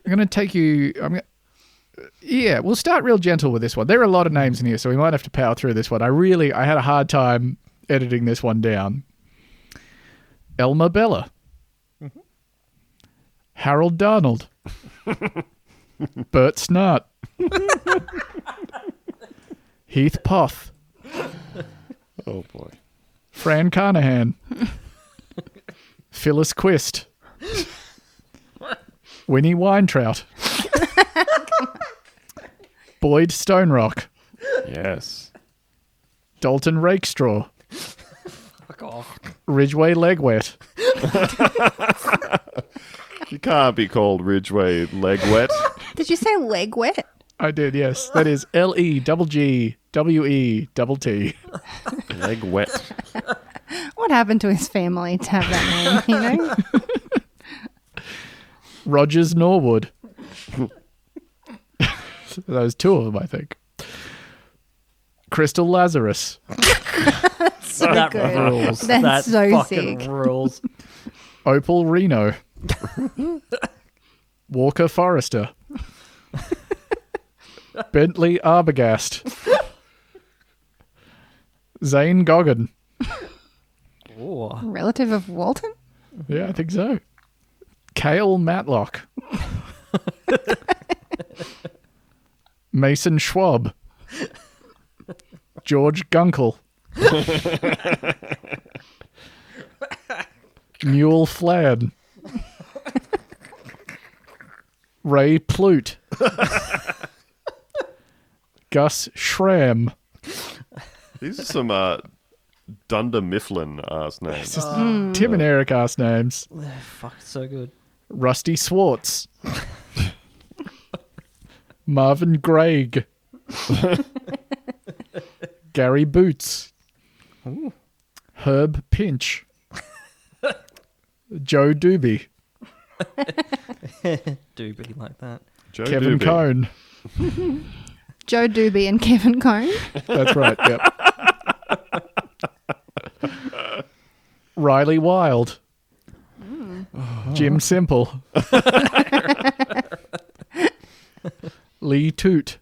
I'm gonna take you. I'm gonna, yeah, we'll start real gentle with this one. There are a lot of names in here, so we might have to power through this one. I really I had a hard time editing this one down. Elma Bella,
Mm-hmm.
Harold Donald, Bert Snart, Heath Poth,
Oh boy.
Fran Carnahan, Phyllis Quist, Winnie Weintraut, Boyd Stonerock,
Yes.
Dalton Rakestraw,
fuck off.
Ridgeway Legwet,
You can't be called Ridgeway leg wet.
Did you say leg wet?
I did, yes. That is L E double G W E double T.
leg wet.
What happened to his family to have that name? You know,
Rogers Norwood. that was two of them, I think. Crystal Lazarus,
so
That
good.
rules.
That's
that
so
fucking
sick.
rules.
Opal Reno, Walker Forrester, Bentley Arbogast, Zane Goggin.
Ooh.
Relative of Walton?
Yeah, I think so. Kale Matlock, Mason Schwab, George Gunkel, Mule Flad, Ray Plute, Gus Schramm.
These are some uh, Dunder Mifflin ass names.
Tim and Eric ass names.
Fuck, it's so good.
Rusty Swartz, Marvin Gregg, Gary Boots, Herb Pinch, Joe Doobie,
Do be like that.
Joe
Kevin
Doobie.
Cohn.
Joe Doobie and Kevin Cohn.
That's right. Yep. Riley Wild, Mm. Jim Simple, Lee Toot,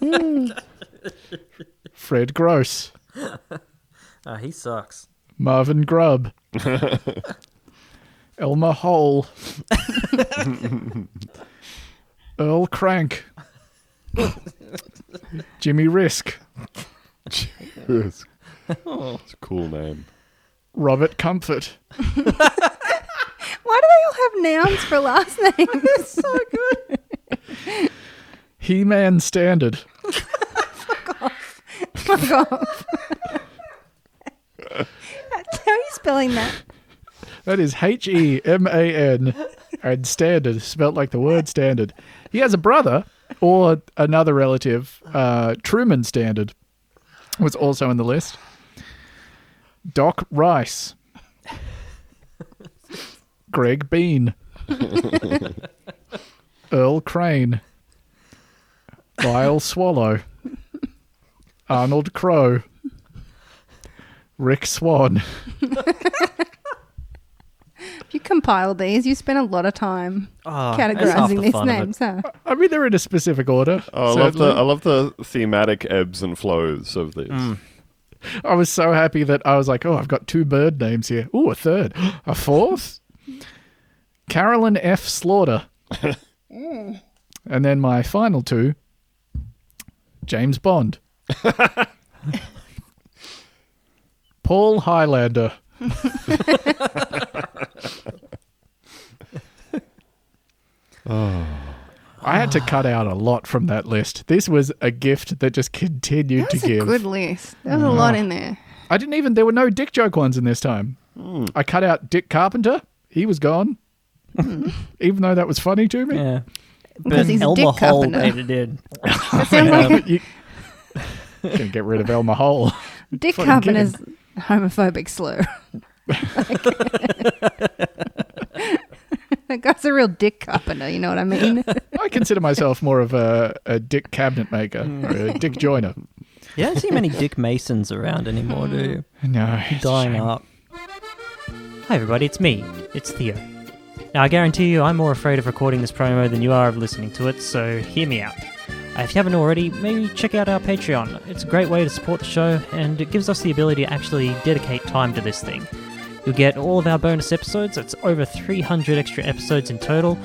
Hmm. Fred Gross,
Ah, he sucks.
Marvin Grubb, Elmer Hole, Earl Crank, Jimmy Risk,
It's it's a cool name.
Robert Comfort.
Why do they all have nouns for last names? so good.
He Man Standard.
Fuck off. How are you spelling that?
That is H E M A N and standard, spelt like the word standard. He has a brother or another relative, uh, Truman Standard, was also in the list. Doc Rice, Greg Bean, Earl Crane, Lyle Swallow, Arnold Crow, Rick Swan.
If you compiled these, you spent a lot of time
Oh,
Ah, that's half the
categorizing these
fun of it.
names, huh?
I mean, they're in a specific order.
Oh, I love the
certainly.
I love the thematic ebbs and flows of these.
I was so happy that I was like, oh, I've got two bird names here. Ooh, a third, a fourth. Carolyn F. Slaughter.
Mm.
and then my final two James Bond, Paul Highlander, I had to cut out a lot from that list. This was a gift that just continued
That's
to
a
give. Mm.
good list. There was a lot in there.
I didn't even. There were no dick joke ones in this time.
Hmm.
I cut out Dick Carpenter. He was gone.
Hmm.
even though that was funny to me.
Yeah.
Because he's a
Elmer
dick
Hole
carpenter.
made it in.
That sounds
Yeah,
like
but you- gonna get rid of Elma Hole.
Dick
fucking
Carpenter's homophobic slur. that guy's a real dick carpenter, you know what I mean?
I consider myself more of a, a dick cabinet maker
Hmm.
or a dick joiner.
You don't see many Dick Masons around anymore, do you?
No, it's a
Dying
shame.
up. Hi, everybody, it's me. It's Theo. Now, I guarantee you, I'm more afraid of recording this promo than you are of listening to it, so hear me out. Uh, If you haven't already, maybe check out our Patreon. It's a great way to support the show, and it gives us the ability to actually dedicate time to this thing. You'll get all of our bonus episodes, it's over 300 extra episodes in total,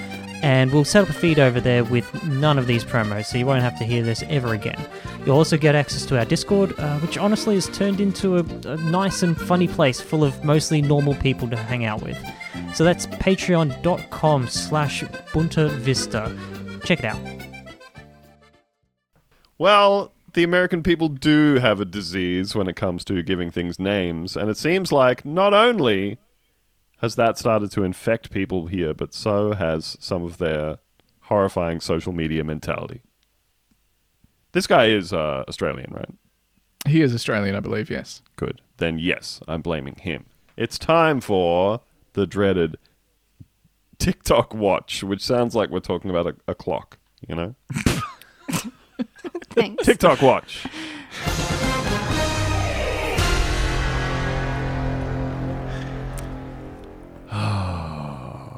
and we'll set up a feed over there with none of these promos, so you won't have to hear this ever again. You'll also get access to our Discord, uh, which honestly has turned into a, a nice and funny place full of mostly normal people to hang out with. So that's patreon.com slash Bunta Vista. Check it out.
Well, the American people do have a disease when it comes to giving things names, and it seems like not only has that started to infect people here, but so has some of their horrifying social media mentality. This guy is uh, Australian, right?
He is Australian, I believe, yes.
Good. Then yes, I'm blaming him. It's time for the dreaded TikTok watch, which sounds like we're talking about a, a clock, you know?
Thanks.
TikTok watch.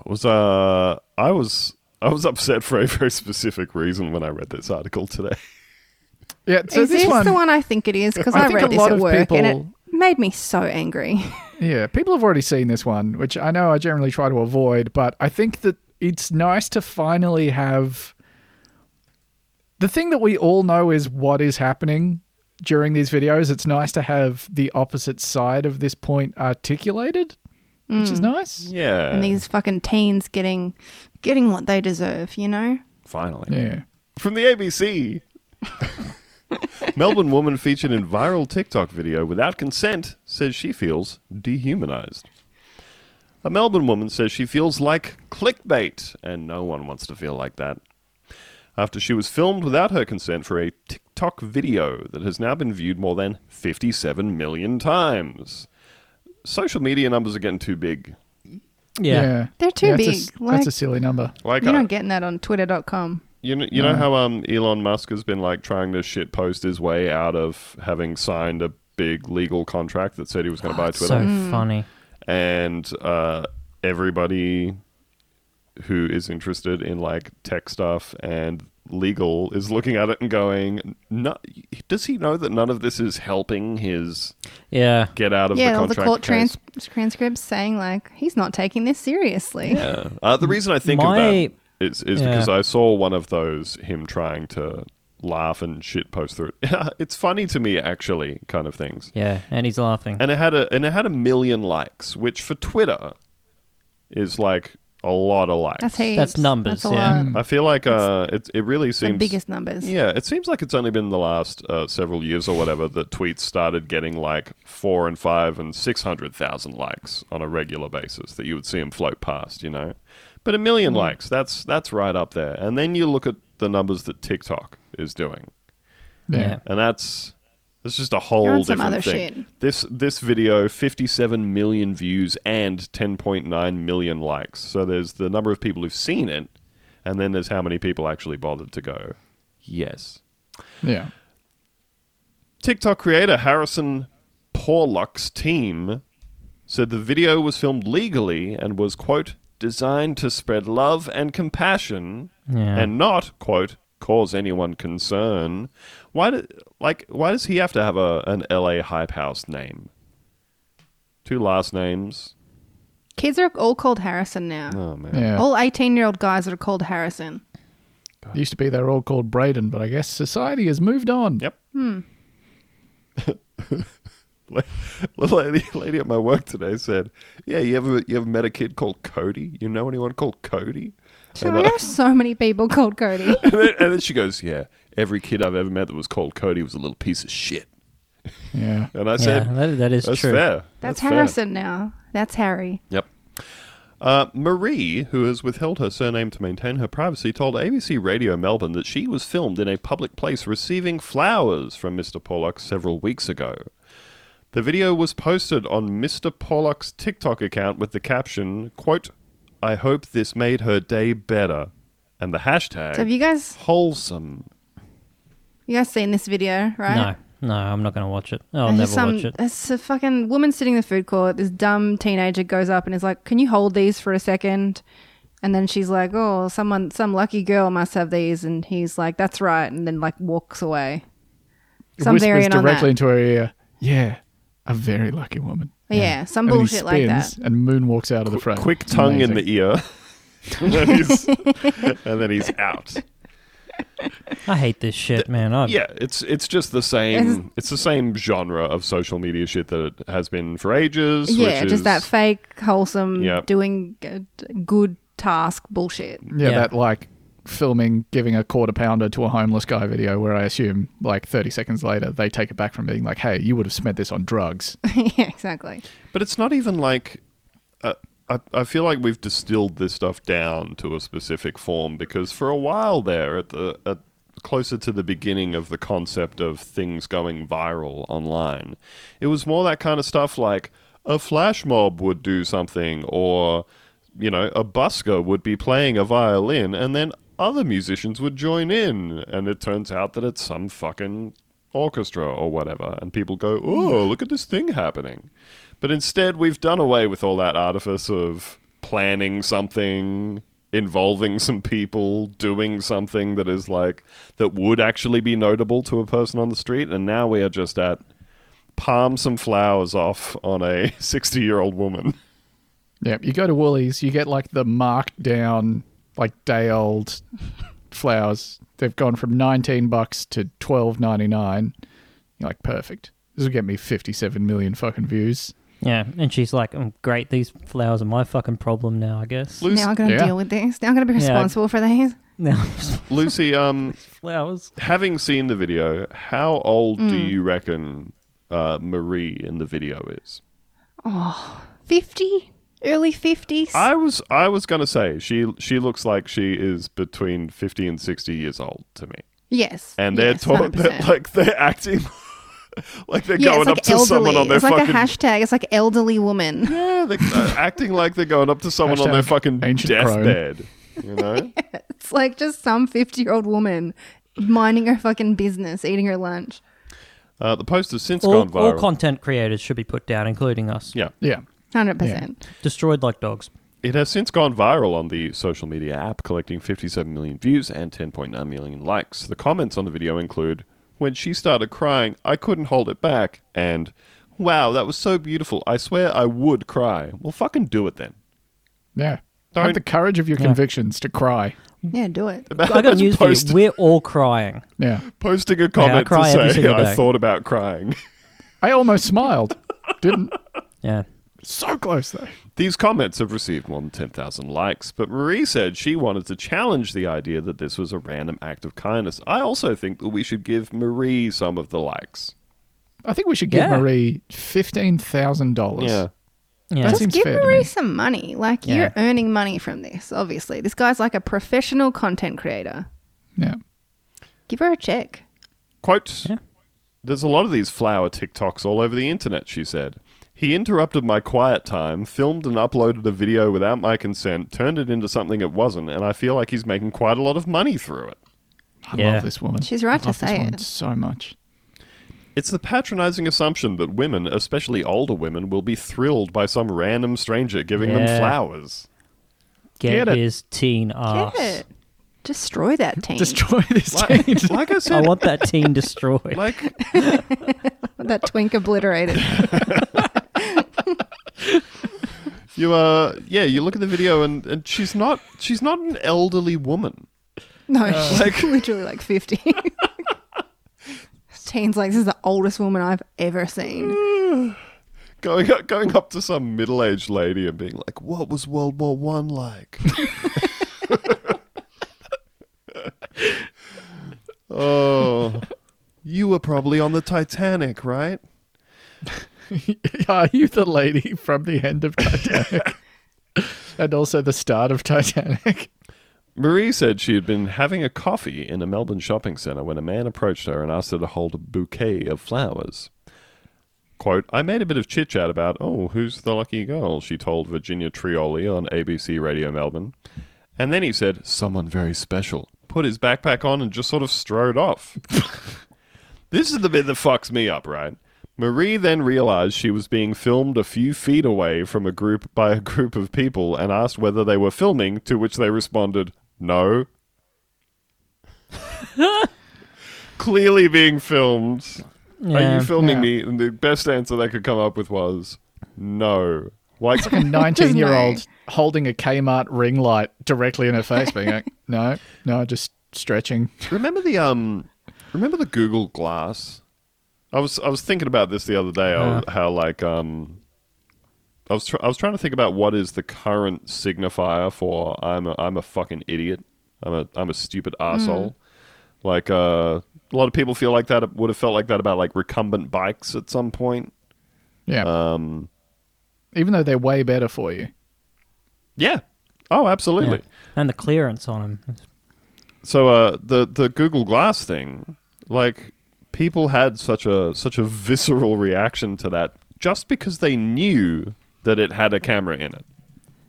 was uh I was I was upset for a very specific reason when I read this article today.
Yeah, so
is
this
this
one.
the one I think it is? Because
I
I,
think a
read this
lot
at
of
work and it
people-
made me so angry.
Yeah, people have already seen this one, which I know I generally try to avoid, but I think that it's nice to finally have the thing that we all know is what is happening during these videos. It's nice to have the opposite side of this point articulated, which
Hmm.
is nice.
Yeah.
and these fucking teens getting getting what they deserve, you know?
finally.
Yeah.
From the ABC. Melbourne woman featured in viral TikTok video without consent says she feels dehumanized. A Melbourne woman says she feels like clickbait, and no one wants to feel like that. After she was filmed without her consent for a TikTok video that has now been viewed more than 57 million times. Social media numbers are getting too big.
Yeah.
They're too
Yeah, that's a s-
big, like-
that's a silly number.
Like uh,
You're
I-
not getting that on twitter.com.
You know,
Mm.
you know how um, Elon Musk has been like trying to shit post his way out of having signed a big legal contract that said he was going to buy
so
Twitter,
funny.
and uh, everybody who is interested in like tech stuff and legal is looking at it and going, no, does he know that none of this is helping his
Yeah.
get out of
Yeah,
the
all the
contract?"
court
case?
trans- transcripts saying like he's not taking this seriously.
Yeah. Uh, the reason I think
My-
of that is, is
Yeah.
because I saw one of those him trying to laugh and shit post through it. it's funny to me actually, kind of things.
Yeah. And he's laughing.
And it had a and it had a million likes, which for Twitter is like a lot of likes.
That's heaps.
That's numbers,
a
yeah.
lot.
I feel like uh, it it really
The
seems
biggest numbers.
yeah, it seems like it's only been the last uh, several years or whatever that tweets started getting like four and five and six hundred thousand likes on a regular basis that you would see them float past, you know. But a
Mm.
million likes, that's that's right up there. And then you look at the numbers that TikTok is doing,
Yeah.
Yeah.
and that's that's just a whole
You're on some
different
other
thing.
shit.
This this video, fifty-seven million views and ten point nine million likes. So there's the number of people who've seen it, and then there's how many people actually bothered to go. Yes.
Yeah.
TikTok creator Harrison Porluck's team said the video was filmed legally and was, quote, designed to spread love and compassion
Yeah.
and not, quote, cause anyone concern. Why do, like why does he have to have a an LA hype house name? Two last names.
Kids are all called Harrison now.
Oh man.
Yeah.
All 18 year old guys are called Harrison.
It used to be they were all called Braden, but I guess society has moved on.
Yep. La- lady, lady at my work today said, "Yeah, you ever you ever met a kid called Cody? You know anyone called Cody?"
So
And
I
I-
know so many people called Cody.
and, then, and then she goes, "Yeah, every kid I've ever met that was called Cody was a little piece of shit."
Yeah.
And I
yeah.
said,
That, that is
"That's
true.
fair.
That's,
fair."
Harrison now. That's Harry.
Yep. Uh, Marie, who has withheld her surname to maintain her privacy, told ABC Radio Melbourne that she was filmed in a public place receiving flowers from Mr. Pollock several weeks ago. The video was posted on Mr. Pollock's TikTok account with the caption, quote, I hope this made her day better. And the hashtag,
So have you guys
wholesome.
you guys seen this video, right?
No, no, I'm not going to watch it. I'll
There's
never
just some,
watch it.
It's a fucking woman sitting in the food court. This dumb teenager goes up and is like, "Can you hold these for a second? And then she's like, "Oh, someone, some lucky girl must have these." And he's like, "That's right." And then like walks away.
It
Some
whispers
variant on
directly
that.
into her ear. Yeah, a very lucky woman.
Yeah, some
And then he
bullshit
spins
like that.
and Moon walks out of the frame.
Quick tongue in the ear. and, then he's, and then he's out.
I hate this shit, man. I,
Yeah, it's it's just the same. It's the same genre of social media shit that it has been for ages.
Yeah,
which
just that
is-
fake, wholesome,
Yep.
doing good, good task bullshit.
Yeah,
Yeah.
that like filming giving a quarter pounder to a homeless guy video where I assume like 30 seconds later they take it back from being like, hey, you would have spent this on drugs.
yeah, exactly.
But it's not even like. Uh, I, I feel like we've distilled this stuff down to a specific form because for a while there, at the at closer to the beginning of the concept of things going viral online, it was more that kind of stuff like a flash mob would do something or you know a busker would be playing a violin and then other musicians would join in and it turns out that it's some fucking orchestra or whatever and people go oh look at this thing happening but instead, we've done away with all that artifice of planning something, involving some people, doing something that is like, that would actually be notable to a person on the street. And now we are just at palm some flowers off on a 60 year old woman.
Yeah, you go to Woolies, you get like the marked down, like day old flowers. They've gone from 19 bucks to 12.99. You're like, perfect. This will get me 57 million fucking views.
yeah. And she's like, oh, "Great, these flowers are my fucking problem now, I guess."
Lucy,
now I'm gonna
yeah.
deal with this. Now I'm gonna be
Yeah.
responsible for these.
Now,
Lucy um,
flowers.
having seen the video, how old do
Mm.
you reckon uh, Marie in the video is?
Fifty, early fifties.
I was I was gonna say she she looks like she is between fifty and sixty years old to me.
Yes.
and they're
yes,
taught
100%.
that like they're acting like they're
yeah,
going
it's like
up to
elderly.
someone on their
it's like
fucking
a hashtag. It's like elderly woman.
yeah, they're uh, acting like they're going up to someone on their
Hashtag
fucking
ancient crone.
deathbed. You know,
It's like just some fifty-year-old woman minding her fucking business, eating her lunch.
uh, the post has since
All,
gone
all
viral.
content creators should be put down, including us.
yeah,
Yeah.
Hundred percent.
Destroyed like dogs.
it has since gone viral on the social media app, collecting 57 million views and 10.9 million likes. The comments on the video include, "When she started crying, I couldn't hold it back," and "Wow, that was so beautiful. I swear I would cry." Well, fucking do it then.
Yeah.
Don't-
Have the courage of your convictions to cry.
Yeah, do it.
I got news for you.
Post-
We're all crying.
Yeah.
posting a comment
cry every
to say
single
I
day."
thought about crying.
I almost smiled. Didn't.
Yeah.
So close though.
These comments have received more than 10,000 likes, but Marie said she wanted to challenge the idea that this was a random act of kindness. I also think that we should give Marie some of the likes.
I think we should give
Yeah.
Marie fifteen thousand dollars.
Yeah.
That
Just
seems
give
fair to
Marie
me.
some money. Like
Yeah.
you're earning money from this. Obviously, this guy's like a professional content creator.
Yeah.
Give her a check.
Quote
Yeah.
There's a lot of these flower TikToks all over the internet, she said. He interrupted my quiet time, filmed and uploaded a video without my consent, turned it into something it wasn't, and I feel like he's making quite a lot of money through it.
I
Yeah.
love this woman.
She's right
I
to
love this
say
woman
it.
so much.
It's the patronizing assumption that women, especially older women, will be thrilled by some random stranger giving them
Yeah.
flowers.
Get,
Get it.
his teen
Get
ass.
it. Destroy that team.
Destroy this
Like,
teen.
like I
I
said,
want that teen destroyed.
like
that twink obliterated.
you uh yeah, you look at the video and, and she's not she's not an elderly woman.
No, she's
Like-
literally like 50. Teen's like, this is the oldest woman I've ever seen.
Going up, going up to some middle aged lady and being like, What was World War One like? oh you were probably on the Titanic, right?
Are you the lady from the end of Titanic? and also the start of Titanic.
Marie said she had been having a coffee in a Melbourne shopping centre when a man approached her and asked her to hold a bouquet of flowers. Quote, I made a bit of chit chat about, oh, who's the lucky girl, she told Virginia Trioli on ABC Radio Melbourne. And then he said, someone very special, put his backpack on and just sort of strode off. this is the bit that fucks me up, right? Marie then realized she was being filmed a few feet away from a group by a group of people and asked whether they were filming, to which they responded, no. Clearly being filmed. Are
Yeah.
you filming
Yeah.
me? And the best answer they could come up with was no. Like,
A 19 year old holding a Kmart ring light directly in her face, being like, no, no, just stretching.
remember the um, remember the Google Glass? I was I was thinking about this the other day. I was- how like um, I was tr- I was trying to think about what is the current signifier for I'm a, I'm a fucking idiot. I'm a I'm a stupid asshole. Like uh, a lot of people feel like that would have felt like that about like recumbent bikes at some point.
Yeah. Um, Even though they're way better for you.
Yeah. Oh,
Yeah.
absolutely.
And the clearance on him.
so uh the the google glass thing like people had such a such a visceral reaction to that just because they knew that it had a camera in it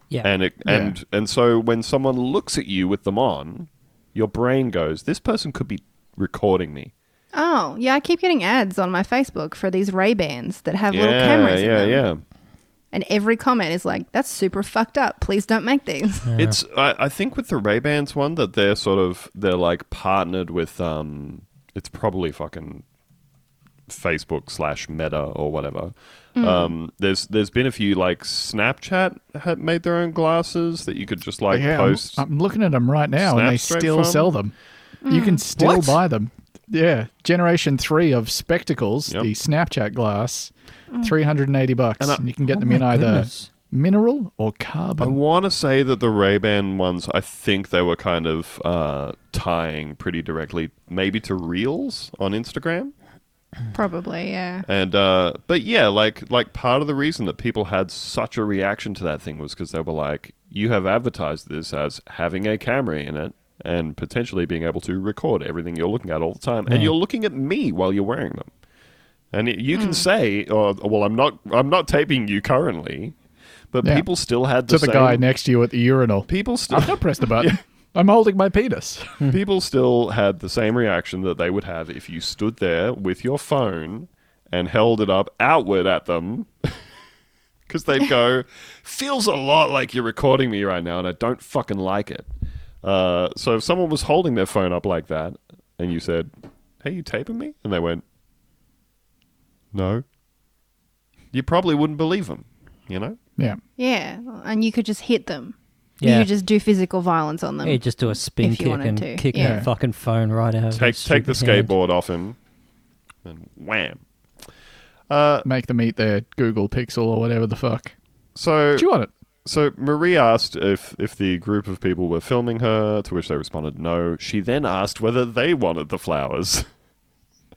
Yeah. Oh
and it and and so when someone looks at you with them on your brain goes this person could be recording me
Oh, yeah, I keep getting ads on my Facebook for these Ray Bans that have little
yeah
cameras. in
yeah
them.
yeah
And every comment is like, that's super fucked up. Please don't make these.
It's I, I think with the Ray Bans one that they're sort of they're like partnered with um it's probably fucking Facebook slash Meta or whatever.
Mm.
Um, there's there's been a few like Snapchat had made their own glasses that you could just like
yeah, I'm-
post.
I'm, looking at them right now, and
Snap
they
straight
still
from?
sell them. You can still
Mm. What?
buy them. Yeah, generation three of spectacles,
Yep.
the Snapchat glass, three hundred and eighty bucks, and,
And I-
you can get
Mm. Oh
them in
my
either
goodness.
mineral or
I
carbon.
want to say that the Ray Ban ones, I think they were kind of uh, tying pretty directly, maybe to Reels on Instagram.
Probably, yeah.
And uh, but yeah, like like part of the reason that people had such a reaction to that thing was because they were like, "You have advertised this as having a camera in it and potentially being able to record everything you're looking at all the time, and you're looking at me while you're wearing them." And y- you can say, oh, "Well, I'm not I'm not taping you currently," but
Yeah.
people still had the
to the
same-
guy next to you at the urinal.
People still
I've not pressed the button. I'm holding my penis.
people still had the same reaction that they would have if you stood there with your phone and held it up outward at them. Because they'd go, feels a lot like you're recording me right now, and I don't fucking like it. Uh, so if someone was holding their phone up like that, and you said, "Hey, you taping me?" and they went, "No," you probably wouldn't believe them, you know.
Yeah,
Yeah. And you could just hit them.
Yeah.
You could just do physical violence on them.
Yeah, just do a spin
Um, if you
kick
wanted
and
to,
kick
yeah.
that fucking phone right out. of
Take
his
take the
stupid hand.
skateboard off him, and wham. Uh,
make them eat their Google Pixel or whatever the fuck.
So
Do you want it?
So Marie asked if if the group of people were filming her, to which they responded no. She then asked whether they wanted the flowers.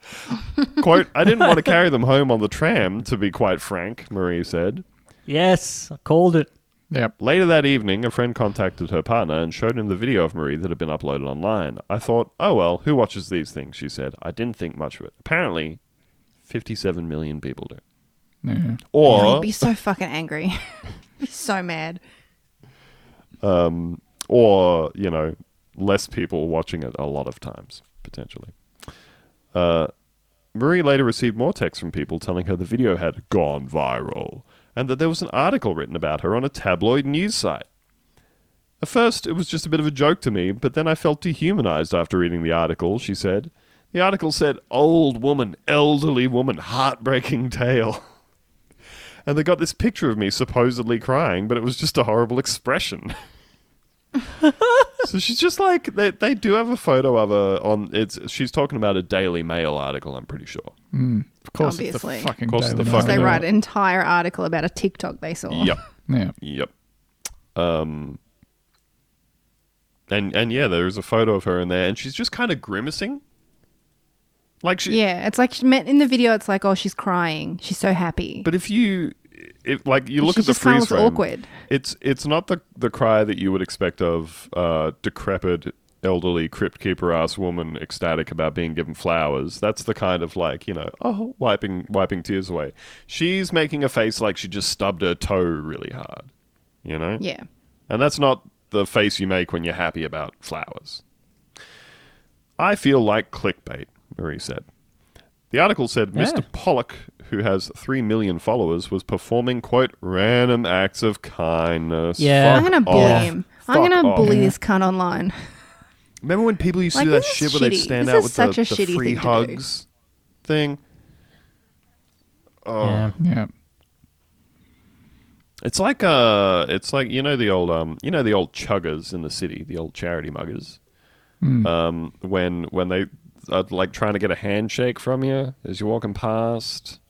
Quote, I didn't want to carry them home on the tram, to be quite frank, Marie said.
Yes, I called it.
Yep.
Later that evening, a friend contacted her partner and showed him the video of Marie that had been uploaded online. I thought, oh well, who watches these things? She said. I didn't think much of it. Apparently, 57 million people do.
Yeah.
Oh,
Or
I'd be so fucking angry. be so mad.
Um, or you know less people watching it a lot of times potentially uh, marie later received more texts from people telling her the video had gone viral and that there was an article written about her on a tabloid news site at first, it was just a bit of a joke to me, but then I felt dehumanized after reading the article, she said. The article said, Old woman, elderly woman, heartbreaking tale. And they got this picture of me supposedly crying, but it was just a horrible expression. so she's just like they, they do have a photo of her on it's she's talking about a Daily Mail article, I'm pretty sure.
Mm. Of course,
Obviously.
it's the fucking.
Of course it's
Daily
the
Mail.
fucking
They
Mail.
write an entire article about a TikTok they saw.
Yep.
Yeah.
Yep. Um. And and yeah, there's a photo of her in there, and she's just kind of grimacing. Like she,
Yeah, it's like in the video. It's like, oh, she's crying. She's so happy.
But if you, if like you look
She
at the
just kinda
freeze
looks
frame,
awkward.
it's it's not the the cry that you would expect of uh, decrepit elderly crypt keeper ass woman ecstatic about being given flowers. That's the kind of like, you know, oh, wiping wiping tears away. She's making a face like she just stubbed her toe really hard, you know?
Yeah.
And that's not the face you make when you're happy about flowers. I feel like clickbait, Marie said. The article said Mr. Pollock, who has 3 million followers, was performing, quote, random acts of kindness.
Yeah.
Fuck
Fuck
I'm gonna bully
off.
him.
Fuck
I'm gonna
off.
bully this cunt online.
Remember when people used to
Like,
do that
this is
shit where they
shitty.
stand
This
out
is
with
such
the,
a
the
shitty
free
thing to do.
hugs thing? Oh,
Yeah.
Yeah.
it's like uh, it's like you know the old um, you know the old chuggers in the city, the old charity muggers. Um, when when they are like trying to get a handshake from you as you're walking past,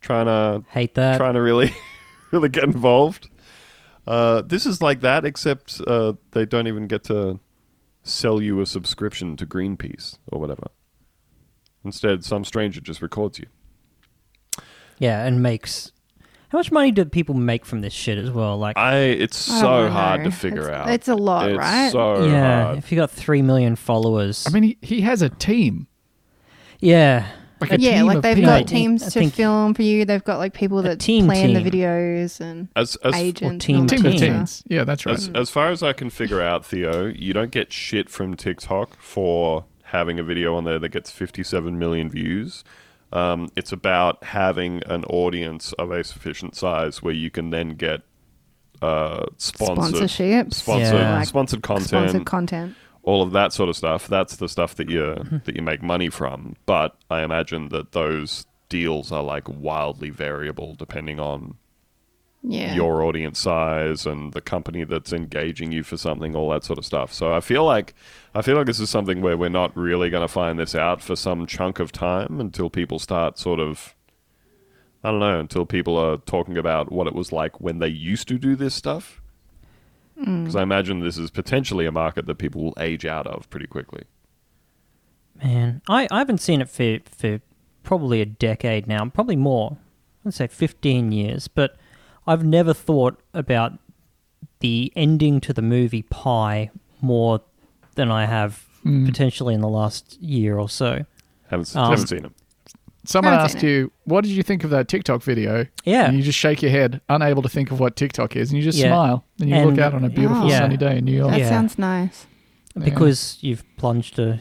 trying to
Hate that.
trying to really really get involved. Uh, this is like that, except uh, they don't even get to sell you a subscription to Greenpeace or whatever. Instead, some stranger just records you.
Yeah, and makes. How much money do people make from this shit as well? Like,
I it's
I
so
don't
hard
know.
to figure
It's-
out.
it's a lot,
It's
right?
So
yeah,
hard.
if you got three million followers,
I mean, he, he has a team.
yeah,
Like a
yeah,
team
like
of
they've
people.
got
team- I
teams to
think-
film for you. They've got like people that
team
plan the
team.
videos and
As as,
agents.
team
and all
Team
that
of
team.
stuff.
teens. Yeah, that's right.
as as far as I can figure out, Theo, you don't get shit from TikTok for having a video on there that gets 57 million views. Um, it's about having an audience of a sufficient size where you can then get uh, sponsored
Sponsorships.
sponsored,
Yeah. Like
sponsored content,
Sponsored content.
all of that sort of stuff. That's the stuff that you that you make money from. But I imagine that those deals are like wildly variable depending on
Yeah.
your audience size and the company that's engaging you for something, all that sort of stuff. So I feel like I feel like this is something where we're not really going to find this out for some chunk of time until people start sort of I don't know until people are talking about what it was like when they used to do this stuff.
Mm.
Because I imagine this is potentially a market that people will age out of pretty quickly.
man, I, I haven't seen it for for probably a decade now, probably more. I'd say fifteen years, but I've never thought about the ending to the movie Pie more than I have
Mm.
potentially in the last year or so.
Haven't, s
Um,
haven't seen them.
Someone
I've
asked
seen it.
you, "What did you think of that TikTok video?"
Yeah.
and you just shake your head, unable to think of what TikTok is, and you just
Yeah.
smile, and you
And-
look out on a beautiful
Yeah.
sunny day in New York.
That
Yeah.
sounds nice.
Yeah.
Because you've plunged a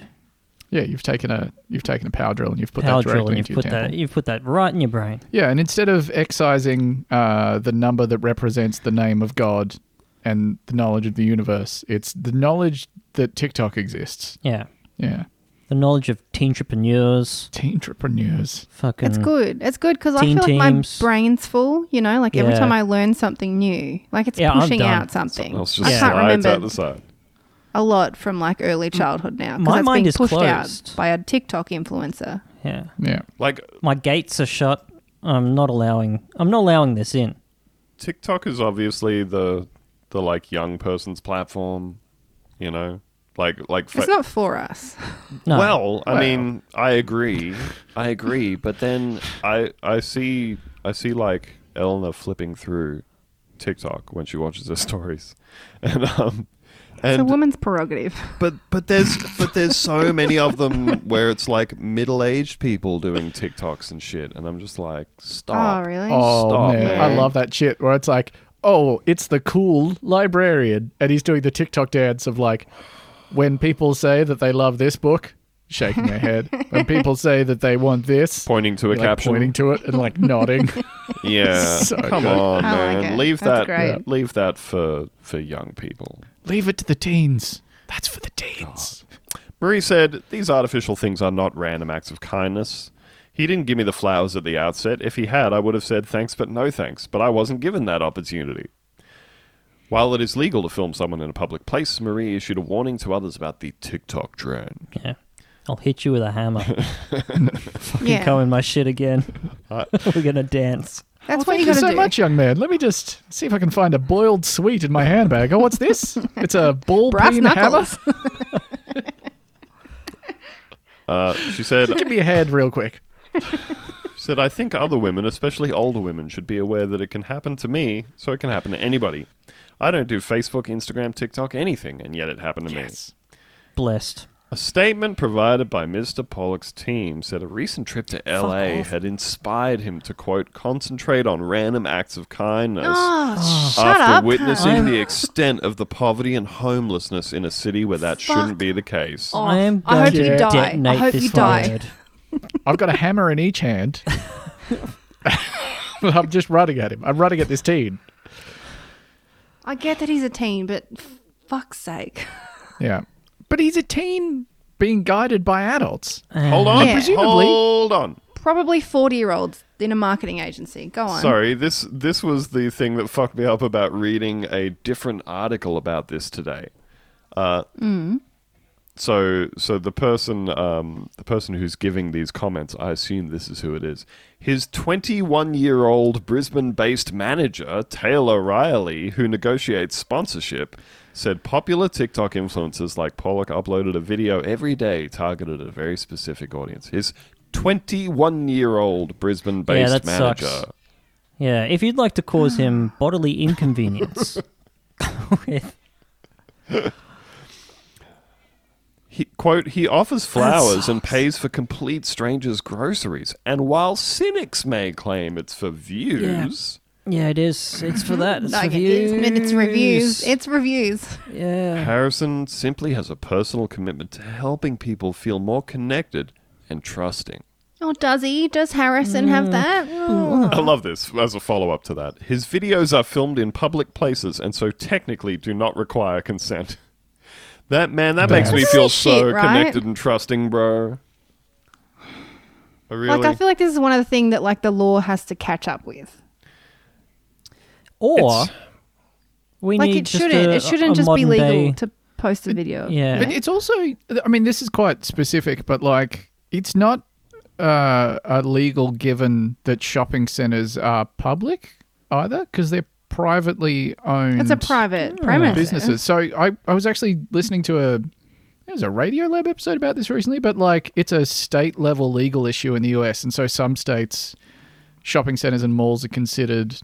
yeah, you've taken a you've taken a power drill and you've put
power
that directly
drill and
into
you've
your
put
temple.
that you've put that right in your brain.
Yeah, and instead of excising uh, the number that represents the name of God and the knowledge of the universe, it's the knowledge that TikTok exists.
Yeah.
Yeah,
The knowledge of entrepreneurs,
teen entrepreneurs.
fucking
It's good. It's good because I
Teen
feel like my
teams.
brain's full. You know, like every
Yeah.
time I learn something new, like it's
Yeah, I'm
pushing
done.
out something.
Else
I
just
can't
slides out
remember
the side.
a lot from like early childhood now
My
because it's
mind
being
is
pushed out
closed.
by a TikTok influencer.
Yeah.
Yeah,
Like
my gates are shut. I'm not allowing. I'm not allowing this in.
TikTok is obviously the the like young person's platform, you know, like like. fa-
It's not for us.
No.
Well, I
Well.
mean, I agree, I agree, but then I I see I see like Elena flipping through TikTok when she watches her stories, and um,
It's a
and
woman's prerogative.
but but there's but there's so many of them where it's like middle aged people doing TikToks and shit, and I'm just like, stop.
Oh, really?
Oh
Stop,
man.
man.
I love that shit where it's like, oh, it's the cool librarian, and he's doing the TikTok dance of like, when people say that they love this book, shaking their head. when people say that they want this,
Pointing to a
you're, like,
caption.
pointing to it and like nodding.
Yeah,
So
come
good.
on,
I like
man.
it.
leave
That's
that.
great.
Leave that for for young people.
Leave it to the teens. That's for the teens.
Marie said these artificial things are not random acts of kindness. He didn't give me the flowers at the outset. If he had, I would have said thanks, but no thanks. But I wasn't given that opportunity. While it is legal to film someone in a public place, Marie issued a warning to others about the TikTok trend.
yeah. I'll hit you with a hammer.
yeah.
Come in my shit again.
I-
We're gonna dance.
That's what
Thank
you
you
got to
so
do.
much, young man. Let me just see if I can find a boiled sweet in my handbag. Oh, what's this? It's a ball
Brass
peen hammer.
knuckles.
Uh, she said,
Give me a head real quick.
said, I think other women, especially older women, should be aware that it can happen to me, so it can happen to anybody. I don't do Facebook, Instagram, TikTok, anything, and yet it happened to me.
blessed.
A statement provided by Mr. Pollock's team said a recent trip to LA
off.
had inspired him to, quote, concentrate on random acts of kindness.
Oh,
Ah.
shut
after
up.
witnessing
Kurt.
the extent of the poverty and homelessness in a city where that shouldn't be the case.
Oh,
I am
I
going
hope
to
you die.
detonate
I hope
this
you die.
word.
I've got a hammer in each hand. I'm just running at him. I'm running at this teen.
I get that he's a teen, but f- fuck's sake.
Yeah. But he's a teen being guided by adults.
Uh-huh.
Hold on,
Yeah.
Presumably-
hold on.
Probably 40 year olds in a marketing agency. Go on.
Sorry, this this was the thing that fucked me up about reading a different article about this today.
Mm.
Uh, So so the person um, the person who's giving these comments, I assume this is who it is. His 21 year old Brisbane based manager Taylor Riley, who negotiates sponsorship, said popular TikTok influencers like Pollock uploaded a video every day targeted at a very specific audience. His 21 year old Brisbane based
that sucks.
manager.
Yeah, if you'd like to cause him bodily inconvenience with
He, quote, he offers flowers and pays for complete strangers' groceries. And while cynics may claim it's for views,
Yeah, it is. It's for that. It's
Like,
reviews.
It's, it's reviews. It's reviews.
yeah.
Harrison simply has a personal commitment to helping people feel more connected and trusting.
Oh, does he? Does Harrison
Mm.
have that? Oh.
I love this as a follow up to that. His videos are filmed in public places and so technically do not require consent. That man, that makes me
That's
feel
shit,
so
right?
connected and trusting, bro. I really?
Like I feel like this is one of the things that like the law has to catch up with.
Or
It's-
we
Like
need
it
just
shouldn't.
a-
it
a
shouldn't just be
modern
legal
day-
to post a video.
Yeah.
But it's also, I mean, this is quite specific, but like, it's not uh, a legal given that shopping centers are public either because they're privately owned.
It's a
Mm.
private premise.
businesses. So I, I was actually listening to a it was a Radio Lab episode about this recently, but like it's a state level legal issue in the US, and so some states shopping centers and malls are considered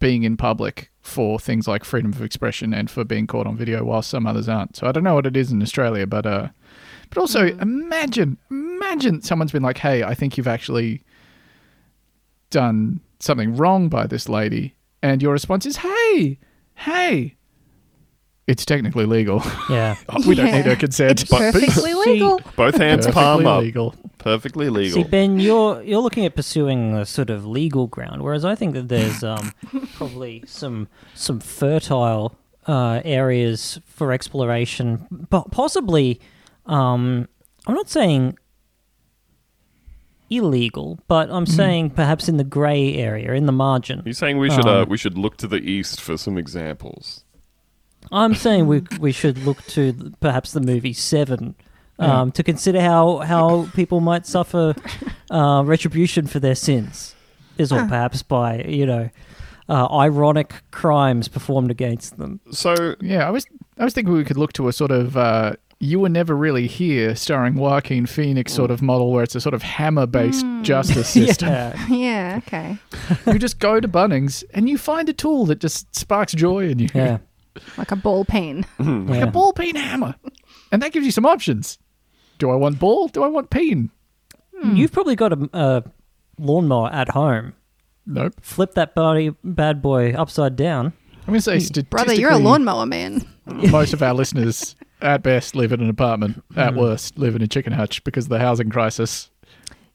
being in public for things like freedom of expression and for being caught on video, while some others aren't. So I don't know what it is in Australia, but uh, but also imagine imagine someone's been like, hey, I think you've actually done something wrong by this lady, and your response is, hey, hey. It's technically legal.
yeah.
we don't
Yeah.
need her consent. but
Perfectly legal.
Both hands
perfectly
palm up.
legal.
Perfectly legal.
See, Ben, you're you're looking at pursuing a sort of legal ground, whereas I think that there's um, probably some some fertile uh, areas for exploration, but possibly um, I'm not saying illegal, but I'm saying perhaps in the grey area, in the margin.
You're saying we should uh, we should look to the east for some examples.
I'm saying we we should look to th- perhaps the movie Seven um, to consider how how people might suffer uh, retribution for their sins, is or perhaps by you know uh, ironic crimes performed against them.
So
Yeah, I was I was thinking we could look to a sort of uh, "You Were Never Really Here" starring Joaquin Phoenix sort of model, where it's a sort of hammer-based
Hmm.
justice system.
uh, Yeah,
Yeah. Okay.
You just go to Bunnings and you find a tool that just sparks joy in you,
yeah,
Like a ball pen.
like
yeah.
a ball peen hammer, and that gives you some options. Do I want ball? Do I want peen?
You've probably got a, a lawnmower at home.
Nope.
Flip that body bad boy upside down.
I'm going to say statistically,
Brother, you're a lawnmower man.
most of our listeners, at best, live in an apartment. At worst, live in a chicken hutch because of the housing crisis.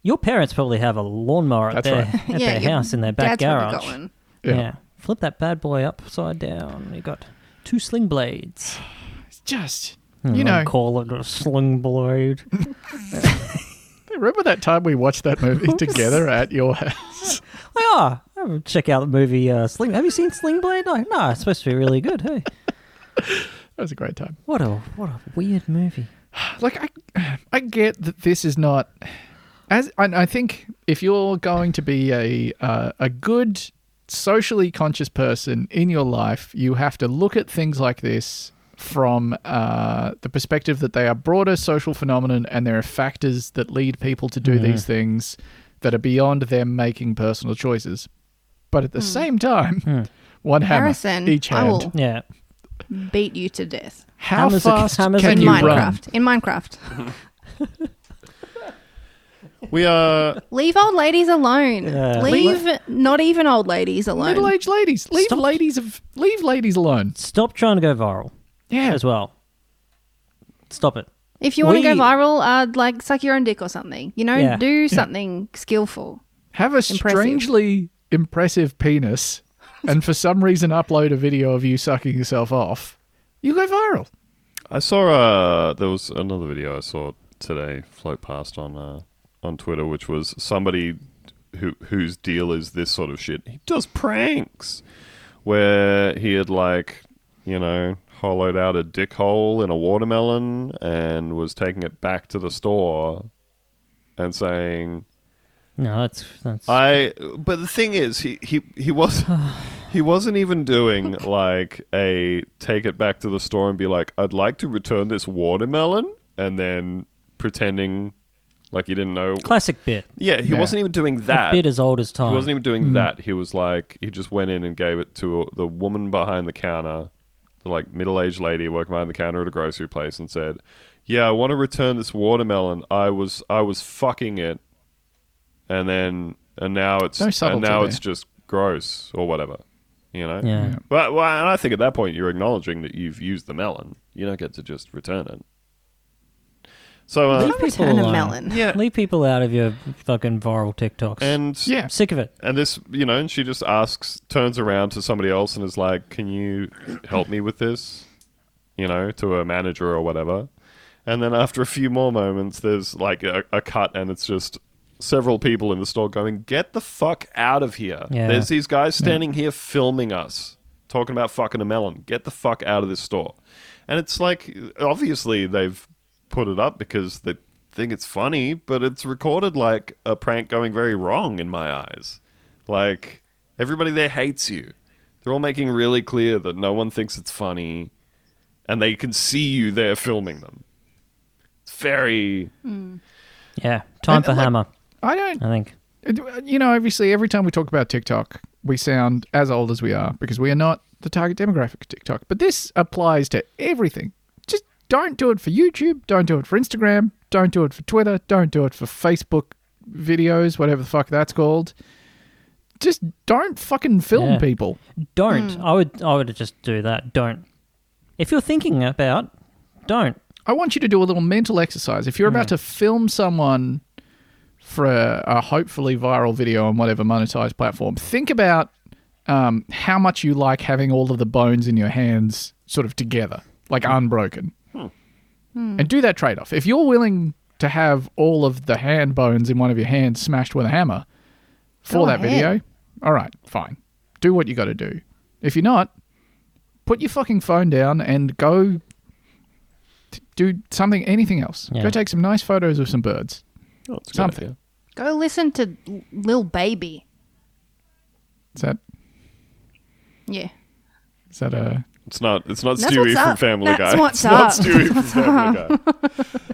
Your parents probably have a lawnmower at
That's
their,
right.
at
yeah.
their
your
house in their back
dad's probably
garage.
got one.
Yeah.
Yeah.
Flip that bad boy upside down. You got two sling blades.
just
I
Hmm.
you know
call it a sling blade.
remember that time we watched that movie together at your house
oh, yeah. check out the movie uh, Sling. Have you seen Sling Blade? No, no, it's supposed to be really good. Hey,
that was a great time
what a what a weird movie.
like i i get that this is not as and i think if you're going to be a uh, a good socially conscious person in your life you have to look at things like this from uh, the perspective that they are broader social phenomenon and there are factors that lead people to
Mm-hmm.
do these things that are beyond them making personal
Hmm.
choices but at the same time one hammer
Harrison,
each
I
hand
will-
Yeah,
beat you to death
How
Hammers a-
fast
hammers a
can
in
you run?
Minecraft. In Minecraft,
We are
leave old ladies alone.
Yeah.
Leave not even old ladies alone.
Middle-aged ladies, leave
Stop.
ladies of leave ladies alone.
Stop trying to go viral
Yeah,
as well. Stop it.
if you want to go
We-
viral, uh, like suck your own dick or something. You know,
Yeah.
do something skillful.
have a
Impressive.
strangely impressive penis, and for some reason upload a video of you sucking yourself off. You go viral.
I saw uh there was another video I saw today float past on uh, on Twitter, which was somebody who whose deal is this sort of shit. He does pranks where he had like you know hollowed out a dick hole in a watermelon and was taking it back to the store and saying
No, that's that's
I but the thing is he he he was he wasn't even doing like a take it back to the store and be like I'd like to return this watermelon and then pretending like he didn't know
classic bit.
Yeah, he
Yeah.
wasn't even doing
A
that.
bit as old as
He
time.
wasn't even doing that. He was like, he just went in and gave it to the woman behind the counter, the like middle-aged lady working behind the counter at a grocery place, and said, "Yeah, I want to return this watermelon. I was, I was fucking it, and then, and now it's,
No
and
subtlety
now
there.
it's just gross or whatever, you know."
yeah.
But well, and I think at that point you're acknowledging that you've used the melon. You don't get to just return it. So uh,
Leave
Don't
people
return a
alone.
melon.
yeah,
Leave people out of your fucking viral TikToks.
and
Yeah.
I'm sick of it.
And this, you know, and she just asks, turns around to somebody else and is like, "Can you help me with this?" You know, to a manager or whatever. And then after a few more moments, there's like a, a cut, and it's just several people in the store going, "Get the fuck out of here!"
Yeah.
There's these guys standing here filming us, talking about fucking a melon. Get the fuck out of this store. And it's like, obviously they've put it up because they think it's funny, but it's recorded like a prank going very wrong in my eyes. Like everybody there hates you. They're all making really clear that no one thinks it's funny, and they can see you there filming them. It's very
Yeah. Time for hammer,
I don't
I think.
It- You know, obviously, every time we talk about TikTok, we sound as old as we are because we are not the target demographic of TikTok. But this applies to everything. Just don't do it for YouTube. Don't do it for Instagram. Don't do it for Twitter. Don't do it for Facebook videos, whatever the fuck that's called. Just don't fucking film
Yeah.
people.
Don't. I would I would just do that. Don't. If you're thinking about, don't.
I want you to do a little mental exercise. If you're about to film someone for a, a hopefully viral video on whatever monetized platform, think about um, how much you like having all of the bones in your hands sort of together, like unbroken.
Hmm.
And do that trade off. If you're willing to have all of the hand bones in one of your hands smashed with a hammer for
Go
that
ahead.
video, all right, fine. Do what you got to do. If you're not, put your fucking phone down and go t- do something, anything else.
Yeah.
Go take some nice photos of some birds.
oh, it's a good
Something.
idea.
Go listen to Lil Baby.
Is that
Yeah.
is that uh, a
It's not. It's not
That's what's
Stewie from
up.
Family
That's
Guy.
what's
it's not
up.
Stewie from Family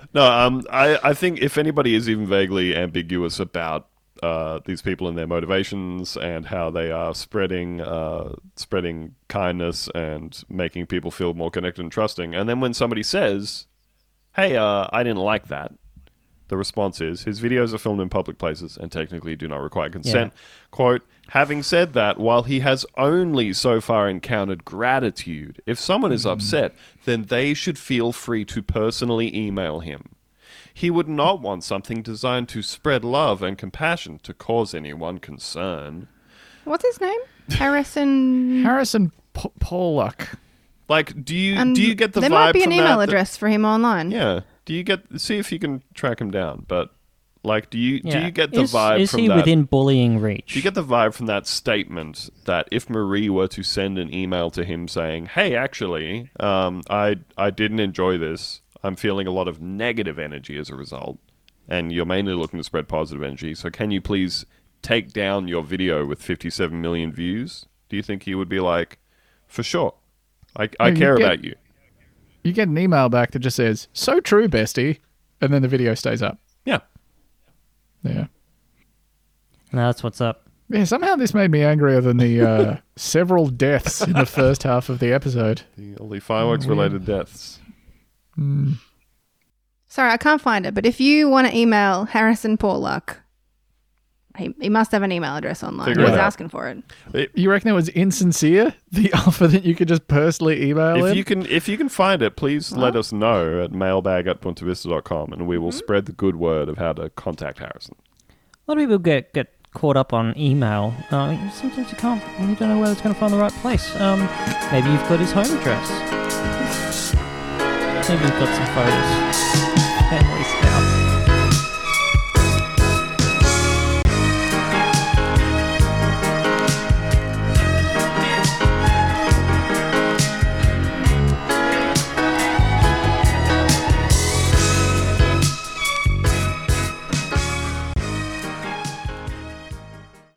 Guy. No, um, I, I think if anybody is even vaguely ambiguous about uh, these people and their motivations and how they are spreading uh, spreading kindness and making people feel more connected and trusting, and then when somebody says, "Hey, uh, I didn't like that," the response is, "His videos are filmed in public places and technically do not require consent." Quote. Having said that, while he has only so far encountered gratitude, if someone
Hmm.
is upset, then they should feel free to personally email him. He would not want something designed to spread love and compassion to cause anyone concern.
What's his name?
Hmm.
Harrison.
Harrison P- Pollock?
Like, do you
Um,
do you get the
there
vibe
might be an
from
email
that that-
address for him online.
yeah. Do you get see if you can track him down? But like, do you do
Yeah.
you get the
is,
vibe
Is
from
he
that?
within bullying reach?
Do you get the vibe from that statement that if Marie were to send an email to him saying, "Hey, actually, um, I I didn't enjoy this. I'm feeling a lot of negative energy as a result, and you're mainly looking to spread positive energy. So can you please take down your video with 57 million views?" Do you think he would be like, "For sure, I,
No,
I
you
care
get-
about you."
You get an email back that just says "So true, bestie," and then the video stays up.
Yeah.
Yeah.
no, that's what's up.
Yeah, somehow this made me angrier than the uh, several deaths in the first half of the episode.
The only fireworks related deaths.
Mm.
Sorry, I can't find it. But if you want to email Harrison Porluck, he, he must have an email address online.
Figure
he
it
was
out.
asking for it.
You reckon it was insincere? The offer that you could just personally email
If
him?
you can, if you can find it, please let us know at mailbag at puntavista.com and we will spread the good word of how to contact Harrison.
A lot of people get get caught up on email. Uh, sometimes you can't, you don't know whether it's going to find the right place. Um, maybe you've got his home address. Maybe you've got some photos. Family's house.